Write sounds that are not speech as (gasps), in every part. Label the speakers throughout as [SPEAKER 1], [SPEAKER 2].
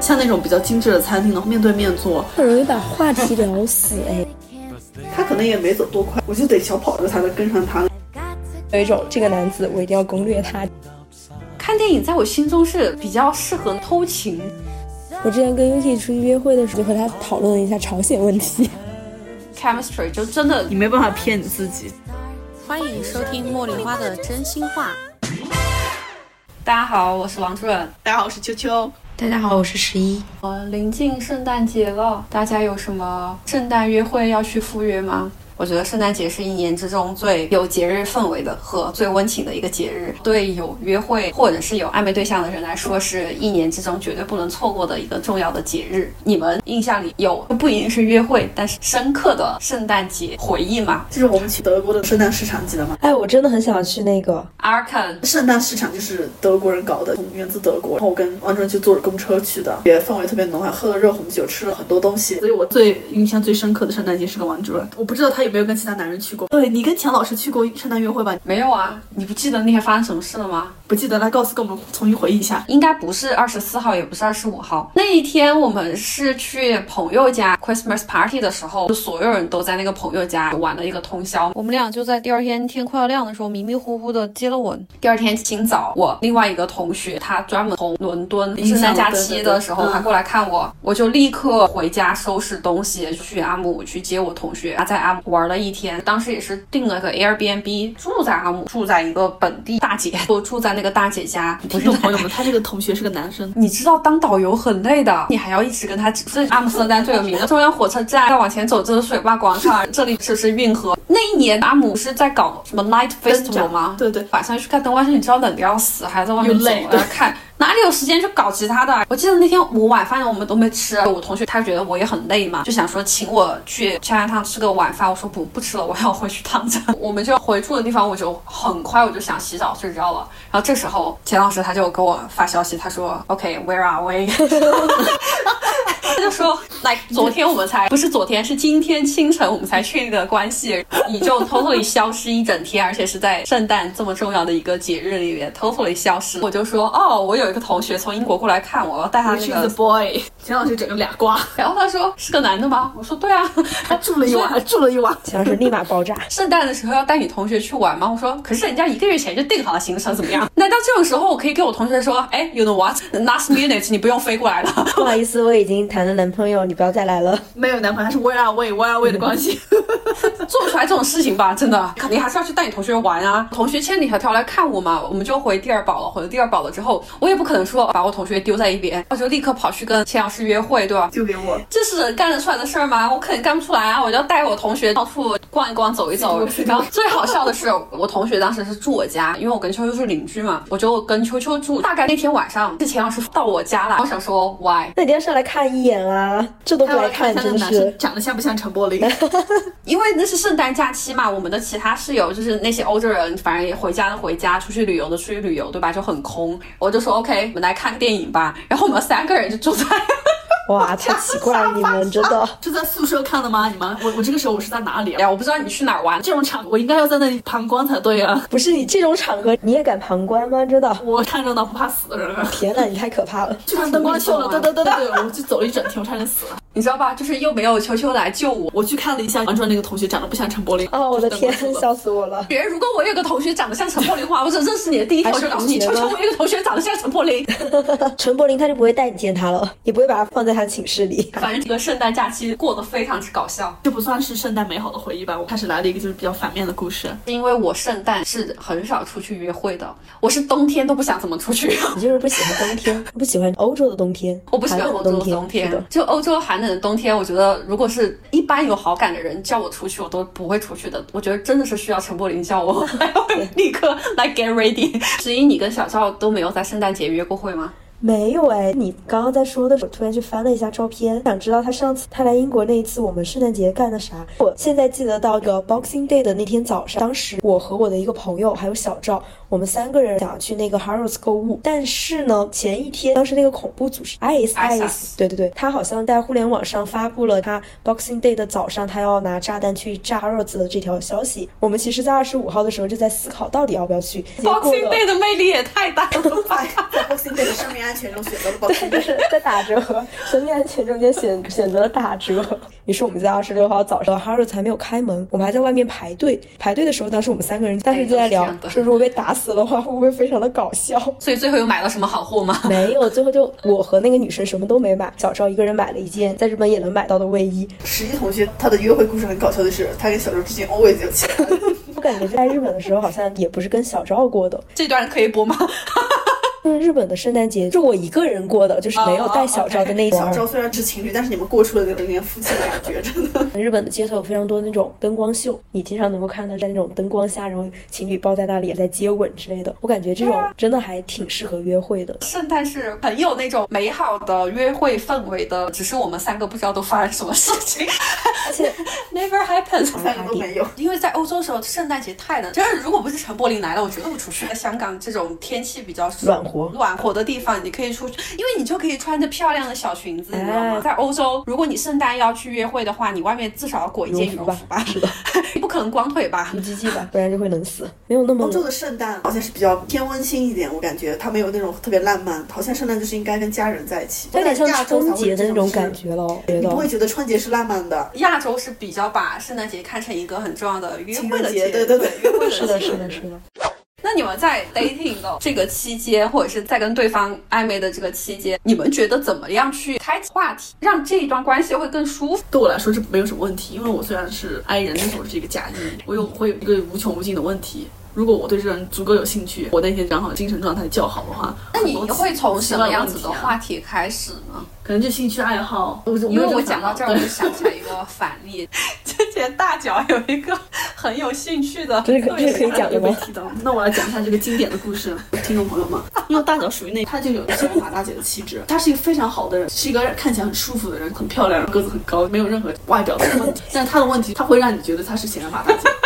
[SPEAKER 1] 像那种比较精致的餐厅能面对面坐，
[SPEAKER 2] 很容易把话题聊死哎。
[SPEAKER 1] 他可能也没走多快，我就得小跑着才能跟上他。
[SPEAKER 2] 有一种这个男子我一定要攻略他。
[SPEAKER 3] 看电影在我心中是比较适合偷情。
[SPEAKER 2] 我之前跟 Yuki 出去约会的时候，就和他讨论了一下朝鲜问题。
[SPEAKER 3] Chemistry 就真的
[SPEAKER 4] 你没办法骗你自己。
[SPEAKER 5] 欢迎收听茉莉花的真心话。
[SPEAKER 3] 大家好，我是王主任。
[SPEAKER 1] 大家好，我是秋秋。
[SPEAKER 6] 大家好，我是十一。
[SPEAKER 3] 呃，临近圣诞节了，大家有什么圣诞约会要去赴约吗？我觉得圣诞节是一年之中最有节日氛围的和最温情的一个节日，对有约会或者是有暧昧对象的人来说，是一年之中绝对不能错过的一个重要的节日。你们印象里有不一定是约会，但是深刻的圣诞节回忆吗？
[SPEAKER 1] 就是我们去德国的圣诞市场，记得吗？
[SPEAKER 2] 哎，我真的很想去那个
[SPEAKER 3] Arkan
[SPEAKER 1] 圣诞市场就是德国人搞的，源自德国。然后我跟王主任去坐着公车去的，也氛围特别浓，还喝了热红酒，吃了很多东西。所以我最印象最深刻的圣诞节是跟王主任。我不知道他有没有跟其他男人去过。对你跟钱老师去过圣诞约会吧？
[SPEAKER 3] 没有啊？你不记得那天发生什么事了吗？
[SPEAKER 1] 不记得，来告诉跟我们重新回忆一下。
[SPEAKER 3] 应该不是二十四号，也不是二十五号。那一天我们是去朋友家 Christmas party 的时候，就所有人都在那个朋友家玩了一个通宵。我们俩就在第二天天快要亮的时候迷迷糊糊的接了吻。第二天清早，我另外一个同学他专门从伦敦圣诞假期的时候，
[SPEAKER 1] 嗯
[SPEAKER 3] 他过来看我，我就立刻回家收拾东西去阿姆去接我同学。他在阿姆玩了一天，当时也是订了个 Airbnb 住在阿姆，住在一个本地大姐，就住在那个大姐家，不
[SPEAKER 1] 听
[SPEAKER 3] 是
[SPEAKER 1] 众朋友们，他这个同学是个男 (laughs) 生，
[SPEAKER 3] 你知道当导游很累的，你还要一直跟他指这是阿姆斯特丹最有名的中央火车站，再往前走这是水坝广场，这里就是运河。那一年阿姆是在搞什么 Light
[SPEAKER 1] 灯展
[SPEAKER 3] Festival 吗？
[SPEAKER 1] 对对
[SPEAKER 3] 晚上去看灯光秀，你知道冷的要死，还在外面
[SPEAKER 1] 又
[SPEAKER 3] 走
[SPEAKER 1] 累
[SPEAKER 3] 要看。哪里有时间去搞其他的啊？我记得那天我晚饭我们都没吃，我同学他觉得我也很累嘛，就想说请我去全家汤吃个晚饭。我说不不吃了，我要回去躺着。我们就回住的地方，我就很快我就想洗澡睡觉了。然后这时候钱老师他就给我发消息，他说 OK，where、are we？他就说来，昨天我们才不是昨天，是今天清晨我们才确定的关系，你就 totally 消失一整天，而且是在圣诞这么重要的一个节日里面 totally 消失。我就说哦，我有一个同学从英国过来看我，我要带他那
[SPEAKER 1] She's a
[SPEAKER 3] 个，
[SPEAKER 1] boy。钱老师整个俩瓜，
[SPEAKER 3] 然后他说是个男的吗？我说对啊，
[SPEAKER 1] 还住了一晚，还住了一晚。
[SPEAKER 2] 钱老师立马 (laughs) 爆炸。
[SPEAKER 3] 圣诞的时候要带你同学去玩吗？我说，可是人家一个月前就定好了行程，怎么样？ (laughs) 难道这种时候我可以跟我同学说，哎，you know what，last minute 你不用飞过来了？ (laughs)
[SPEAKER 2] 不好意思，我已经谈了男朋友，你不要再来了。
[SPEAKER 1] 没有男朋友，他是 Where are we? Where are we 的关 (laughs) 系。
[SPEAKER 3] 做出来这种事情吧，真的肯定还是要去带你同学玩啊。同学千里迢迢来看我嘛，我们就回第二堡了。回了第二堡了之后，我也不可能说把我同学丢在一边，我就立刻跑去跟钱老师约会，对吧？
[SPEAKER 1] 丢给我，
[SPEAKER 3] 这是干得出来的事儿吗？我肯定干不出来啊！我就要带我同学到处逛一逛、走一走。然后最好笑的是，我同学当时是住我家，因为我跟秋秋是邻居嘛，我就跟秋秋住。大概那天晚上，这钱老师到我家了，我想说 why？
[SPEAKER 2] 那你要上来看一眼啊，这都不
[SPEAKER 1] 他要
[SPEAKER 2] 来
[SPEAKER 1] 看
[SPEAKER 2] 看，
[SPEAKER 1] 那个
[SPEAKER 2] 真
[SPEAKER 1] 男
[SPEAKER 2] 是
[SPEAKER 1] 生。长得像不像陈柏霖？ (laughs)
[SPEAKER 3] 因为那是圣诞假期嘛，我们的其他室友就是那些欧洲人，反正也回家的回家，出去旅游的出去旅游，对吧？就很空。我就说 OK，我们来看个电影吧。然后我们三个人就坐在， (laughs)
[SPEAKER 2] 哇，太奇怪了，你们真 (laughs) 的。
[SPEAKER 1] 是在宿舍看的吗？你们，我我这个时候我是在哪里
[SPEAKER 3] 哎
[SPEAKER 1] 啊？
[SPEAKER 3] 呀，我不知道你去哪儿玩，
[SPEAKER 1] 这种场我应该要在那里旁观才对啊！
[SPEAKER 2] 不是你这种场合你也敢旁观吗？真的，
[SPEAKER 1] 我看热闹不怕死的人啊，
[SPEAKER 2] 天呐，你太可怕了！
[SPEAKER 1] 去看灯光秀 (laughs) 了，
[SPEAKER 3] 你
[SPEAKER 1] 对
[SPEAKER 3] 懂
[SPEAKER 1] 对对对对，我就走了一整天，我差点死了。
[SPEAKER 3] 你知道吧？就是又没有球球来救我。
[SPEAKER 1] 我去看了一下，王传那个同学长得不像陈柏霖。
[SPEAKER 2] (laughs) 哦，我的天
[SPEAKER 1] 就是灯，光秀
[SPEAKER 2] 笑死我了。
[SPEAKER 3] 别人如果我有个同学长得像陈柏霖的话，我只认识你的第一天我就告诉你，
[SPEAKER 2] 还是同学
[SPEAKER 3] 球球
[SPEAKER 2] 吗
[SPEAKER 3] 我有个同学长得像陈柏霖。
[SPEAKER 2] 陈柏霖他就不会带你见他了，也不会把他放在他的寝室里。
[SPEAKER 3] 反正这个圣诞假期过得非常之搞笑。
[SPEAKER 1] 这不算是圣诞美好的回忆吧？我开始来了一个就是比较反面的故事。
[SPEAKER 3] 是因为我圣诞是很少出去约会的，我是冬天都不想怎么出去。 (laughs)
[SPEAKER 2] 你就是不喜欢冬天，不喜欢欧洲的冬天，
[SPEAKER 3] 我不喜欢
[SPEAKER 2] 韩
[SPEAKER 3] 欧
[SPEAKER 2] 国
[SPEAKER 3] 洲
[SPEAKER 2] 的
[SPEAKER 3] 的冬
[SPEAKER 2] 天。是的
[SPEAKER 3] 天，就欧洲寒冷的冬天，我觉得如果是一般有好感的人叫我出去，我都不会出去的。我觉得真的是需要陈柏霖叫我， (laughs) 还会立刻来 get ready。十一，你跟小赵都没有在圣诞节约过会吗？
[SPEAKER 2] 没有哎，你刚刚在说的时候，我突然去翻了一下照片，想知道他上次他来英国那一次，我们圣诞节干的啥。我现在记得到一个 Boxing Day 的那天早上，当时我和我的一个朋友还有小赵，我们三个人想要去那个 Harrods 购物，但是呢，前一天当时那个恐怖组织 IS
[SPEAKER 3] ISIS
[SPEAKER 2] IS，对对对，他好像在互联网上发布了他 Boxing Day 的早上他要拿炸弹去炸 Harrods 的这条消息。我们其实，在二十五号的时候就在思考到底要不要去，结果
[SPEAKER 3] Boxing Day 的魅力也太大 (laughs) 了吧！
[SPEAKER 1] 在 Boxing Day 的生命安全中选择了 Boxing
[SPEAKER 2] 就
[SPEAKER 1] Day。
[SPEAKER 2] 是在打折， (laughs) 生命安全中间选选择了打折。于是我们在二十六号早上，Harrods 还没有开门，我们还在外面排队。排队的时候，当时我们三个人当时就在聊
[SPEAKER 3] 哎都是这样的，
[SPEAKER 2] 说如果被打死的话，会不会非常的搞笑？
[SPEAKER 3] 所以最后有买到什么好货吗？
[SPEAKER 2] (laughs) 没有，最后就我和那个女生什么都没买，小赵一个人买了一件在日本也能买到的卫衣。
[SPEAKER 1] 十一同学他的约会故事很搞笑的是，他跟小周之间 always 有钱。
[SPEAKER 2] 我感觉在日本的时候好像也不是跟小赵过的，
[SPEAKER 3] (laughs) 这段可以播吗？ (laughs)
[SPEAKER 2] 就是日本的圣诞节是我一个人过的，就是没有带小赵的那一
[SPEAKER 1] 小
[SPEAKER 2] 段。
[SPEAKER 1] 周虽然是情侣，但是你们过出了那种有点夫妻的感觉，
[SPEAKER 2] (laughs)
[SPEAKER 1] 真的。
[SPEAKER 2] 日本的街头有非常多那种灯光秀，你经常能够看到在那种灯光下，然后情侣抱在那里在接吻之类的。我感觉这种真的还挺适合约会的。
[SPEAKER 3] 圣诞是很有那种美好的约会氛围的，只是我们三个不知道都发生什么事情
[SPEAKER 2] 而且
[SPEAKER 3] (laughs) ，Never happens。 (laughs)
[SPEAKER 1] 三个都没
[SPEAKER 2] 嗯
[SPEAKER 1] 有。
[SPEAKER 3] 因为在欧洲的时候，圣诞节太冷，就是如果不是陈柏霖来了，我绝对不出去。在香港这种天气比较
[SPEAKER 2] 暖和
[SPEAKER 3] 暖和的地方，你可以出去，因为你就可以穿着漂亮的小裙子，你知道吗？
[SPEAKER 2] 哎
[SPEAKER 3] 在欧洲，如果你圣诞要去约会的话，你外面至少要裹一件羽
[SPEAKER 2] 羽绒
[SPEAKER 3] 绒
[SPEAKER 2] 服
[SPEAKER 3] 服吧，
[SPEAKER 2] 是的，
[SPEAKER 3] 你 (laughs) 不可能光腿吧
[SPEAKER 2] 不？积极 (laughs) 吧，不然就会冷死。没有那么
[SPEAKER 1] 欧洲
[SPEAKER 2] 冷，
[SPEAKER 1] 的圣诞好像是比较偏温馨一点，我感觉他没有那种特别浪漫，好像圣诞就是应该跟家人在一起，
[SPEAKER 2] 有点像
[SPEAKER 1] 亚洲才
[SPEAKER 2] 春
[SPEAKER 1] 会有
[SPEAKER 2] 节的那种
[SPEAKER 1] 事
[SPEAKER 2] 感。觉了。哦觉
[SPEAKER 1] 你
[SPEAKER 2] 得
[SPEAKER 1] 不会觉得春节是浪漫的，
[SPEAKER 3] 亚洲是比较把圣诞节看成一个很重要的约会的
[SPEAKER 1] 情人节
[SPEAKER 3] 对
[SPEAKER 1] 对对对
[SPEAKER 3] 约会的
[SPEAKER 2] (laughs) 是的，
[SPEAKER 3] 节
[SPEAKER 2] 是的，是的。
[SPEAKER 3] 那你们在 dating 的这个期间，或者是在跟对方暧昧的这个期间，你们觉得怎么样去开启话题，让这一段关系会更舒服？
[SPEAKER 1] 对我来说这没有什么问题，因为我虽然是 I 人，但是我是一个假意，我有会有一个无穷无尽的问题。如果我对这个人足够有兴趣，我那天刚好精神状态较好的话，
[SPEAKER 3] 那你
[SPEAKER 1] 很多
[SPEAKER 3] 会从什么样子
[SPEAKER 1] 奇
[SPEAKER 3] 的
[SPEAKER 1] 怪问题啊
[SPEAKER 3] 话题开始呢？
[SPEAKER 1] 可能就兴趣爱好，嗯我
[SPEAKER 3] 因为我讲到这儿，我就
[SPEAKER 1] 对 (laughs)
[SPEAKER 3] 想起来一个反例，之前大脚有一个很有兴趣的
[SPEAKER 2] 这个
[SPEAKER 3] 对
[SPEAKER 2] 这个可以
[SPEAKER 3] 象
[SPEAKER 2] 讲的
[SPEAKER 1] 被
[SPEAKER 2] (laughs) 吗？
[SPEAKER 1] 提到。 (laughs) 那我来讲一下这个经典的故事，听众朋友们，因为大脚属于那，她就有小马大姐的气质，她是一个非常好的人，是一个看起来很舒服的人，很漂亮，个子很高，没有任何外表的问题。 (coughs) 但是她的问题，她会让你觉得她是贤马大姐。 (laughs)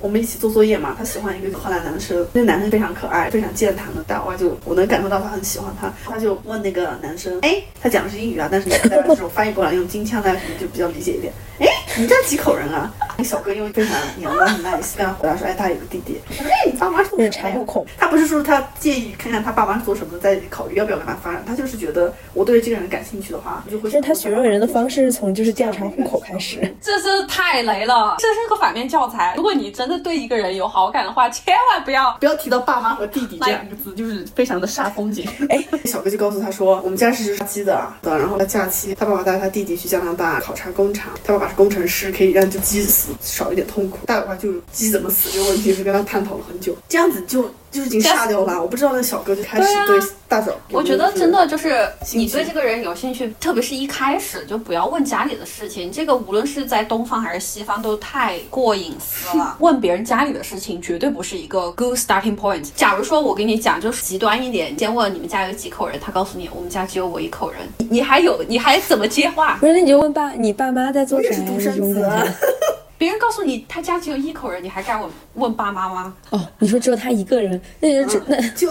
[SPEAKER 1] 我们一起做作业嘛，她喜欢一个荷兰男生，那男生非常可爱，非常健谈的大外就我能感受到她很喜欢他，她就问那个男生，哎，他讲的是英语啊，但是你在这种翻译过来用京腔，大家可能就比较理解一点。哎，你家几口人啊？那小哥因为非常娘的很 nice，跟他回答说，哎，他有个弟弟。我说，哎，你爸妈是做
[SPEAKER 2] 那
[SPEAKER 1] 什
[SPEAKER 2] 种查
[SPEAKER 1] 么呀？
[SPEAKER 2] 户口，
[SPEAKER 1] 他不是说他介意看看他爸妈是做什么的，再考虑要不要跟他发展，他就是觉得我对这个人感兴趣的话，我就会。
[SPEAKER 2] 但是他询问人的方式是从就是调查户口开始。
[SPEAKER 3] 这真是太雷了，这是个反面教材。如果你真的对一个人有好感的话，千万不要
[SPEAKER 1] 不要提到爸妈和弟弟这两个字，就是非常的煞风
[SPEAKER 3] (laughs)
[SPEAKER 1] 景。
[SPEAKER 2] 哎，
[SPEAKER 1] 小哥就告诉他说，我们家是杀鸡的啊，的然后他假期，他爸爸带他弟弟去加拿大考察工厂，他爸爸是工程师，可以让就鸡死少一点痛苦。 (laughs) 大啊爸就鸡怎么死这个问题是跟他探讨了很久，这样子就就是已经杀掉了。我不知道那小哥就开始
[SPEAKER 3] 对啊
[SPEAKER 1] 对大嫂有没有
[SPEAKER 3] 我
[SPEAKER 1] 就是，
[SPEAKER 3] 觉得真的就是
[SPEAKER 1] 兴
[SPEAKER 3] 你
[SPEAKER 1] 趣
[SPEAKER 3] 对这个人有兴趣，特别是一开始就不要问家里的事情，这个无论是在东方还是西方都太过隐私了。 (laughs) 问别人家里的事情绝对不是一个 good starting point。假如说我跟你讲，就是极端一点，先问你们家有几口人，他告诉你我们家只有我一口人，你你还有你还怎么接话？
[SPEAKER 2] 不是，那你就问爸，你爸妈在做啥
[SPEAKER 1] 是
[SPEAKER 2] 呀？
[SPEAKER 1] 独
[SPEAKER 2] 这种
[SPEAKER 1] 生子
[SPEAKER 2] 感
[SPEAKER 1] 啊
[SPEAKER 2] 觉。
[SPEAKER 3] 别人告诉你他家只有一口人，你还敢问问爸妈吗？
[SPEAKER 2] 哦，你说只有他一个人，那就只那
[SPEAKER 1] 就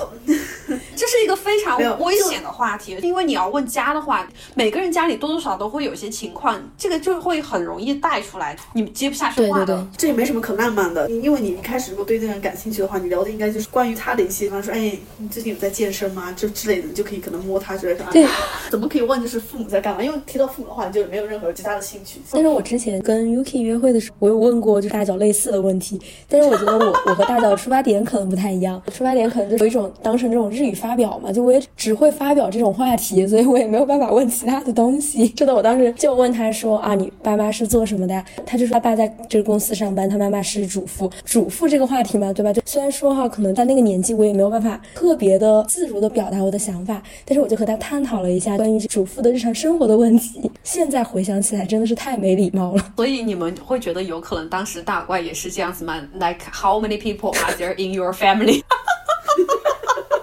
[SPEAKER 3] 这是一个非常
[SPEAKER 1] 没有
[SPEAKER 3] 危险的话题，因为你要问家的话，每个人家里多多少少都会有一些情况，这个就会很容易带出来，你接不下去
[SPEAKER 2] 对
[SPEAKER 3] 话
[SPEAKER 2] 对
[SPEAKER 3] 的。
[SPEAKER 2] 对，
[SPEAKER 1] 这也没什么可浪漫的，因为你一开始如果对这个人感兴趣的话，你聊的应该就是关于他的一些，比方说，哎，你最近有在健身吗？就之类的，你就可以可能摸他之类的。
[SPEAKER 2] 对，
[SPEAKER 1] (laughs) 怎么可以问就是父母在干嘛？因为提到父母的话，你就没有任何其他的兴趣。
[SPEAKER 2] 但是我之前跟 Yuki 约会的时候，我有问过就大脚类似的问题，但是我觉得我我和大脚出发点可能不太一样，出发点可能就是有一种当成这种日语发表嘛，就我也只会发表这种话题，所以我也没有办法问其他的东西。 (laughs) 真的，我当时就问他说啊，你爸妈是做什么的呀？他就说他爸在这个公司上班，他妈妈是主妇。主妇这个话题嘛，对吧？就虽然说哈，可能在那个年纪我也没有办法特别的自如的表达我的想法，但是我就和他探讨了一下关于主妇的日常生活的问题。现在回想起来，真的是太没礼貌了。
[SPEAKER 3] 所以你们会觉得有可能当时大怪也是这样子吗？Like how many people are there in your family？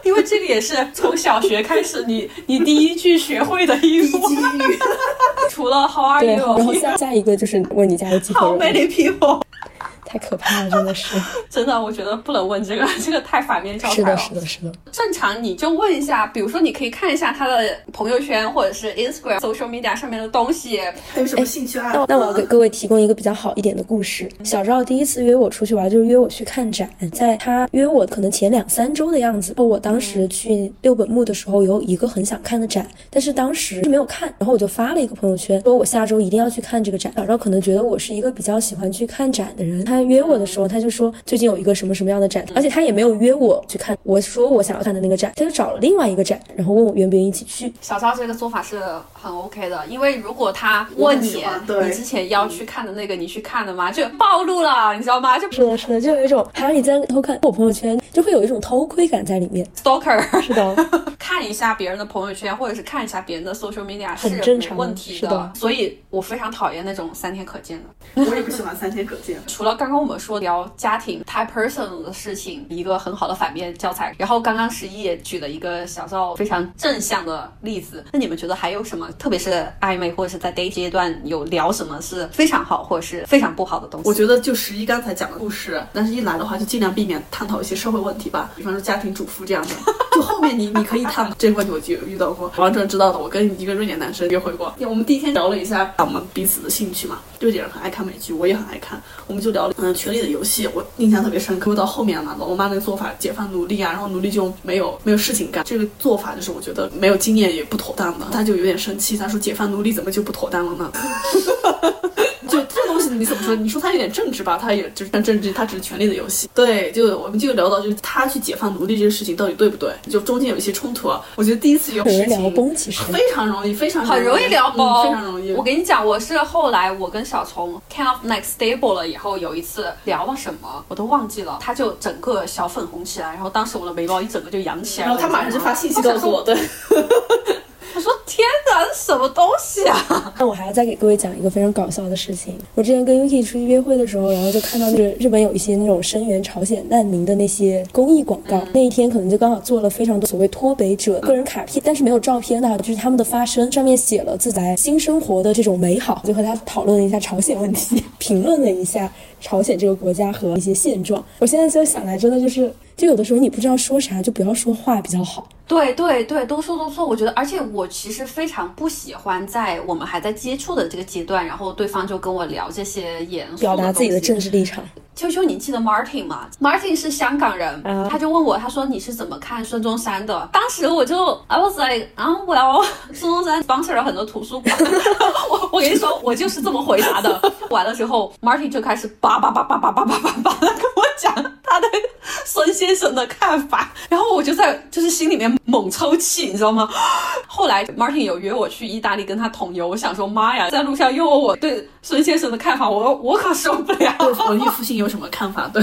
[SPEAKER 3] 因为这个也是从小学开始你，你第一句学会的英
[SPEAKER 1] 低级
[SPEAKER 3] 语，
[SPEAKER 1] 语，
[SPEAKER 3] (laughs) 除了 How are
[SPEAKER 2] 对，然
[SPEAKER 3] you？
[SPEAKER 2] 后下下一个就是问你家有几口
[SPEAKER 3] (laughs) How
[SPEAKER 2] 人，
[SPEAKER 3] many people？
[SPEAKER 2] 太可怕了，真的是。
[SPEAKER 3] 真的，我觉得不能问这个，这个太反面教材
[SPEAKER 2] 是
[SPEAKER 3] 了。
[SPEAKER 2] 的，是的，是的。
[SPEAKER 3] 正常你就问一下，比如说你可以看一下他的朋友圈或者是 Instagram、social media 上面的东西，
[SPEAKER 1] 还有什么兴趣爱
[SPEAKER 2] 那
[SPEAKER 1] 好？
[SPEAKER 2] 哎那我给各位提供一个比较好一点的故事。小赵第一次约我出去玩，就是约我去看展，在他约我可能前两三周的样子。我当时去六本木的时候，有一个很想看的展，但是当时是没有看，然后我就发了一个朋友圈，说我下周一定要去看这个展。小赵可能觉得我是一个比较喜欢去看展的人，他约我的时候，他就说最近有一个什么什么样的展，而且他也没有约我去看，我说我想要看的那个展，他就找了另外一个展，然后问我愿不愿意一起去。
[SPEAKER 3] 小赵这个做法是很 OK 的，因为如果他问
[SPEAKER 1] 我很
[SPEAKER 3] 你
[SPEAKER 1] 喜欢，对
[SPEAKER 3] 你之前要去看的那个，你去看了吗？就暴露了，你知道吗？就是
[SPEAKER 2] 的，是的，就有一种啊，你在偷看我朋友圈，就会有一种偷窥感在里面。
[SPEAKER 3] stalker，
[SPEAKER 2] 是的，
[SPEAKER 3] (laughs) 看一下别人的朋友圈，或者是看一下别人的 social media 是
[SPEAKER 2] 很正常
[SPEAKER 3] 没问题
[SPEAKER 2] 是的
[SPEAKER 3] 所以我非常讨厌那种三天可见的。
[SPEAKER 1] 我也不喜欢三天可见。
[SPEAKER 3] 除了刚刚我们说聊家庭太 personal 的事情，一个很好的反面教材。然后刚刚十一也举了一个小赵非常正向的例子。那你们觉得还有什么，特别是暧昧或者是在 date 阶段有聊什么是非常好或者是非常不好的东西？
[SPEAKER 1] 我觉得就十一刚才讲的故事，但是一来的话就尽量避免探讨一些社会问题吧，比方说家庭主妇这 (laughs) 样的。就后面你你可以探讨这个问题，我就有遇到过。王正知道的，我跟一个瑞典男生约会过，我们第一天聊了一下我们彼此的兴趣嘛。瑞典人很爱看美剧，我也很爱看，我们就聊了嗯《权力的游戏》，我印象特别深刻。到后面嘛，老罗妈那个做法，解放奴隶啊，然后奴隶就没有没有事情干，这个做法就是我觉得没有经验也不妥当的，他就有点生气，他说解放奴隶怎么就不妥当了呢？ (laughs) 就这东西你怎么说？你说它有点政治吧，它也就是但政治，它只是权力的游戏。对，就我们就聊到就是他去解放奴隶这个事情到底对不对？就中间有一些冲突啊。我觉得第一次有
[SPEAKER 2] 很容
[SPEAKER 1] 事
[SPEAKER 2] 易聊
[SPEAKER 1] 情
[SPEAKER 2] 崩，其实。
[SPEAKER 1] 非常容易，非常
[SPEAKER 3] 很容易聊崩、
[SPEAKER 1] 嗯非常容易。
[SPEAKER 3] 我跟你讲，我是后来我跟小虫 kind of like stable 了以后，有一次聊了什么我都忘记了，他就整个小粉红起来，然后当时我的眉毛一整个就扬起来
[SPEAKER 1] 然
[SPEAKER 3] 了。
[SPEAKER 1] 后他马上就发信息
[SPEAKER 3] 你知道
[SPEAKER 1] 告
[SPEAKER 3] 吗
[SPEAKER 1] 诉我，，对，
[SPEAKER 3] 我说天哪，这什么东西啊？
[SPEAKER 2] 那我还要再给各位讲一个非常搞笑的事情。我之前跟 Yuki 出去约会的时候，然后就看到那个日本有一些那种声援朝鲜难民的那些公益广告。那一天可能就刚好做了非常多所谓脱北者个人卡片，但是没有照片的，就是他们的发声，上面写了自己在新生活的这种美好，就和他讨论了一下朝鲜问题， (laughs) 评论了一下朝鲜这个国家和一些现状。我现在就想来，真的就是，就有的时候你不知道说啥，就不要说话比较好。
[SPEAKER 3] 对对对，多说多错。我觉得，而且我其实非常不喜欢在我们还在接触的这个阶段，然后对方就跟我聊这些严肃
[SPEAKER 2] 表达自己的
[SPEAKER 3] 东西
[SPEAKER 2] 政治立场，
[SPEAKER 3] 秋秋，你记得 Martin 吗？Martin 是香港人
[SPEAKER 2] 啊，
[SPEAKER 3] 他就问我，他说你是怎么看孙中山的？当时我就 I was like，啊，我要 (laughs) 孙中山 sponsor 了很多图书馆， (laughs) 我我跟你说，我就是这么回答的。 (laughs) 完了之后，Martin 就开始叭叭叭叭叭叭叭叭叭的跟我讲他对孙先生的看法，然后我就在就是心里面猛抽气，你知道吗？ (gasps) 后来 Martin 有约我去意大利跟他同游，我想说妈呀，在路上又问我对孙先生的看法，我我可受不了。
[SPEAKER 1] 对文艺复兴有什么看法？对，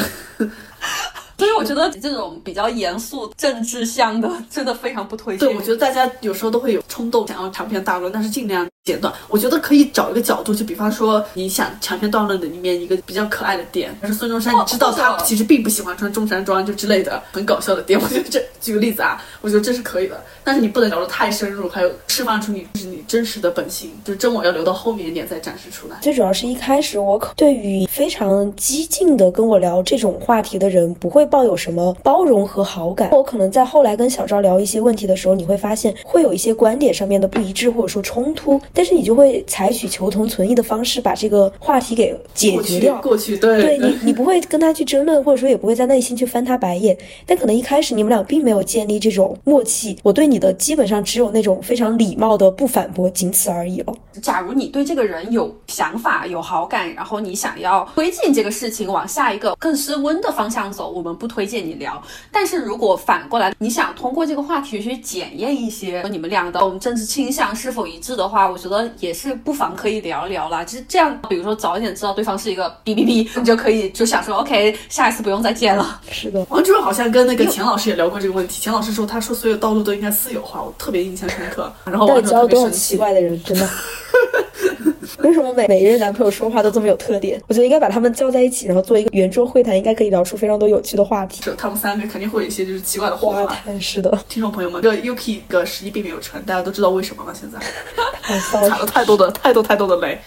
[SPEAKER 3] 所以我觉得这种比较严肃、政治向的，真的非常不推荐。
[SPEAKER 1] 对，我觉得大家有时候都会有冲动想要长篇大论，但是尽量简短。我觉得可以找一个角度，就比方说你想长篇大论的里面一个比较可爱的点，但是孙中山，
[SPEAKER 3] 或
[SPEAKER 1] 你知道
[SPEAKER 3] 或
[SPEAKER 1] 他
[SPEAKER 3] 者
[SPEAKER 1] 其实并不喜欢穿中山装就之类的很搞笑的点。我觉得这举个例子啊，我觉得这是可以的，但是你不能聊得太深入，还有释放出你就是你真实的本性，就是真我要留到后面一点再展示出来。
[SPEAKER 2] 最主要是一开始我可对于非常激进的跟我聊这种话题的人，不会抱有什么包容和好感。我可能在后来跟小赵聊一些问题的时候，你会发现会有一些观点上面的不一致或者说冲突，但是你就会采取求同存异的方式把这个话题给解
[SPEAKER 1] 过
[SPEAKER 2] 决
[SPEAKER 1] 去，
[SPEAKER 2] 掉。
[SPEAKER 1] 过去，对
[SPEAKER 2] 对
[SPEAKER 1] (laughs)
[SPEAKER 2] 你，你不会跟他去争论，或者说也不会在内心去翻他白眼。但可能一开始你们俩并没有建立这种默契，我对你的基本上只有那种非常礼貌的不反驳，仅此而已了。
[SPEAKER 3] 假如你对这个人有想法、有好感，然后你想要推进这个事情往下一个更升温的方向走，我们不推荐你聊。但是如果反过来，你想通过这个话题去检验一些你们俩的政治倾向是否一致的话，我觉得也是不妨可以聊一聊啦。就是这样，比如说早一点知道对方是一个哔哔哔，你就可以就想说 OK，下一次不用再见了。
[SPEAKER 2] 是的，
[SPEAKER 1] 王主任好像跟那个钱老师也聊过这个问题，钱老师说他说所有道路都应该私有化，我特别印象深刻。然后
[SPEAKER 2] 到
[SPEAKER 1] 王
[SPEAKER 2] 底
[SPEAKER 1] 主
[SPEAKER 2] 交了
[SPEAKER 1] 任特
[SPEAKER 2] 多
[SPEAKER 1] 别
[SPEAKER 2] 少
[SPEAKER 1] 生
[SPEAKER 2] 奇
[SPEAKER 1] 气，
[SPEAKER 2] 怪的人，真的。 (laughs) 为什么每每一任男朋友说话都这么有特点？我觉得应该把他们叫在一起，然后做一个圆桌会谈，应该可以聊出非常多有趣的话题。
[SPEAKER 1] 是他们三个肯定会有一些就是奇怪的火
[SPEAKER 2] 花
[SPEAKER 1] 花。
[SPEAKER 2] 谈是的，
[SPEAKER 1] 听众朋友们，这个 Yuki 的十一并没有成，大家都知道为什么了。现在
[SPEAKER 2] 太骚
[SPEAKER 1] 踩了太多的太多太多的雷。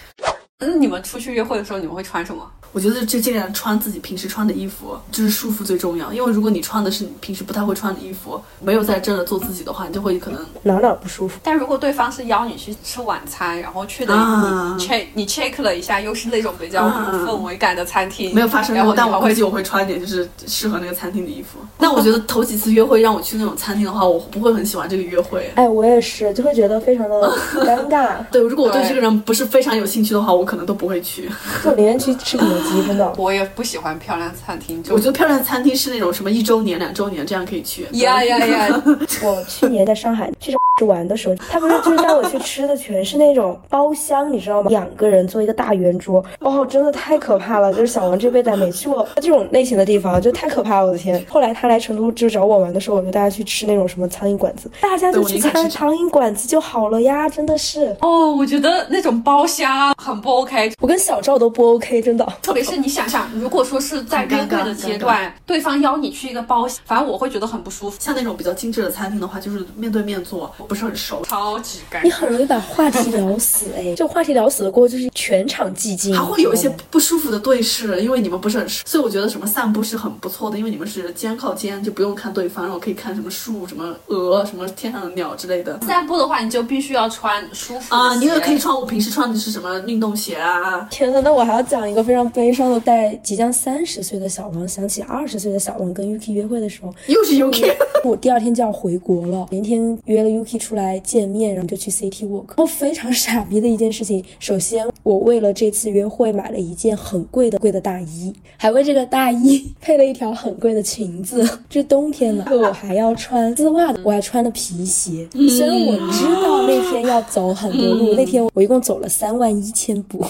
[SPEAKER 3] 那你们出去约会的时候，你们会穿什么？
[SPEAKER 1] 我觉得就尽量穿自己平时穿的衣服，就是舒服最重要。因为如果你穿的是你平时不太会穿的衣服，没有在这儿做自己的话，你就会可能
[SPEAKER 2] 哪哪不舒服？
[SPEAKER 3] 但如果对方是邀你去吃晚餐，然后去的
[SPEAKER 1] 啊
[SPEAKER 3] 你 check 你 check 了一下，又是那种比较
[SPEAKER 1] 啊
[SPEAKER 3] 有氛围感的餐厅，
[SPEAKER 1] 没有发生
[SPEAKER 3] 然后
[SPEAKER 1] 过。
[SPEAKER 3] 你
[SPEAKER 1] 但
[SPEAKER 3] 们
[SPEAKER 1] 我
[SPEAKER 3] 会
[SPEAKER 1] 估计我会穿一点就是适合那个餐厅的衣服。但我觉得头几次约会让我去那种餐厅的话，我不会很喜欢这个约会。
[SPEAKER 2] 哎，我也是，就会觉得
[SPEAKER 1] (laughs)
[SPEAKER 2] 非常的尴尬，
[SPEAKER 1] 对，如果我对
[SPEAKER 3] 对
[SPEAKER 1] 这个人不是非常有兴趣的话，我可能都不会去。
[SPEAKER 2] 就宁愿去吃肯德基，真的。
[SPEAKER 3] 我也不喜欢漂亮餐厅，就
[SPEAKER 1] 我觉得漂亮餐厅是那种什么一周年、两周年这样可以去。
[SPEAKER 3] 呀呀呀！
[SPEAKER 2] 我去年在上海 (laughs) 去玩的时候，他不是就是带我去吃的全是那种包厢，你知道吗？两个人坐一个大圆桌，哦，真的太可怕了！就是小王这辈子还没去过这种类型的地方，就太可怕了，我的天！后来他来成都就找我玩的时候，我就带他去吃那种什么苍蝇馆子，大家就
[SPEAKER 1] 对我
[SPEAKER 2] 去
[SPEAKER 1] 宁可
[SPEAKER 2] 餐
[SPEAKER 1] 吃
[SPEAKER 2] 苍蝇馆子就好了呀，真的是。
[SPEAKER 3] 哦，我觉得那种包厢很不 OK，
[SPEAKER 2] 我跟小赵都不 OK，真的。
[SPEAKER 3] 特别是你想想，如果说是在约
[SPEAKER 1] 尴
[SPEAKER 3] 会
[SPEAKER 1] 尬
[SPEAKER 3] 的阶
[SPEAKER 1] 尴尬
[SPEAKER 3] 段，对方邀你去一个包厢，反正我会觉得很不舒服，
[SPEAKER 1] 像那种比较精致的餐厅的话，就是面对面坐，不是很熟，
[SPEAKER 3] 超级尴
[SPEAKER 2] 你
[SPEAKER 3] 尬。
[SPEAKER 2] 很容易把话题聊死哎，这话题聊死了过后就是全场寂静，嗯
[SPEAKER 1] 还会有一些
[SPEAKER 3] 嗯
[SPEAKER 2] 你知道吗
[SPEAKER 1] 不舒服的对视，因为你们不是很熟，所以我觉得什么散步是很不错的，因为你们是肩靠肩，就不用看对方，然后可以看什么树、什么鹅、什么天上的鸟之类的。
[SPEAKER 3] 散步的话，你就必须要穿舒服的
[SPEAKER 1] 啊，你也
[SPEAKER 3] 鞋
[SPEAKER 1] 可以穿我平时穿的是什么运动鞋啊，
[SPEAKER 2] 天呐，那我还要讲一个非常悲伤的，在即将三十岁的小王想起二十岁的小王跟 Yuki 约会的时候，
[SPEAKER 1] 又是 UK，
[SPEAKER 2] (laughs) 我第二天就要回国了，明天约了 Yuki 出来见面，然后就去 City Walk。然后非常傻逼的一件事情，首先我为了这次约会买了一件很贵的贵的大衣，还为这个大衣 (laughs) 配了一条很贵的裙子。这冬天了，我还要穿丝袜，我还穿了皮鞋。虽然我知道那天要走很多路，那天我一共走了三万一千步。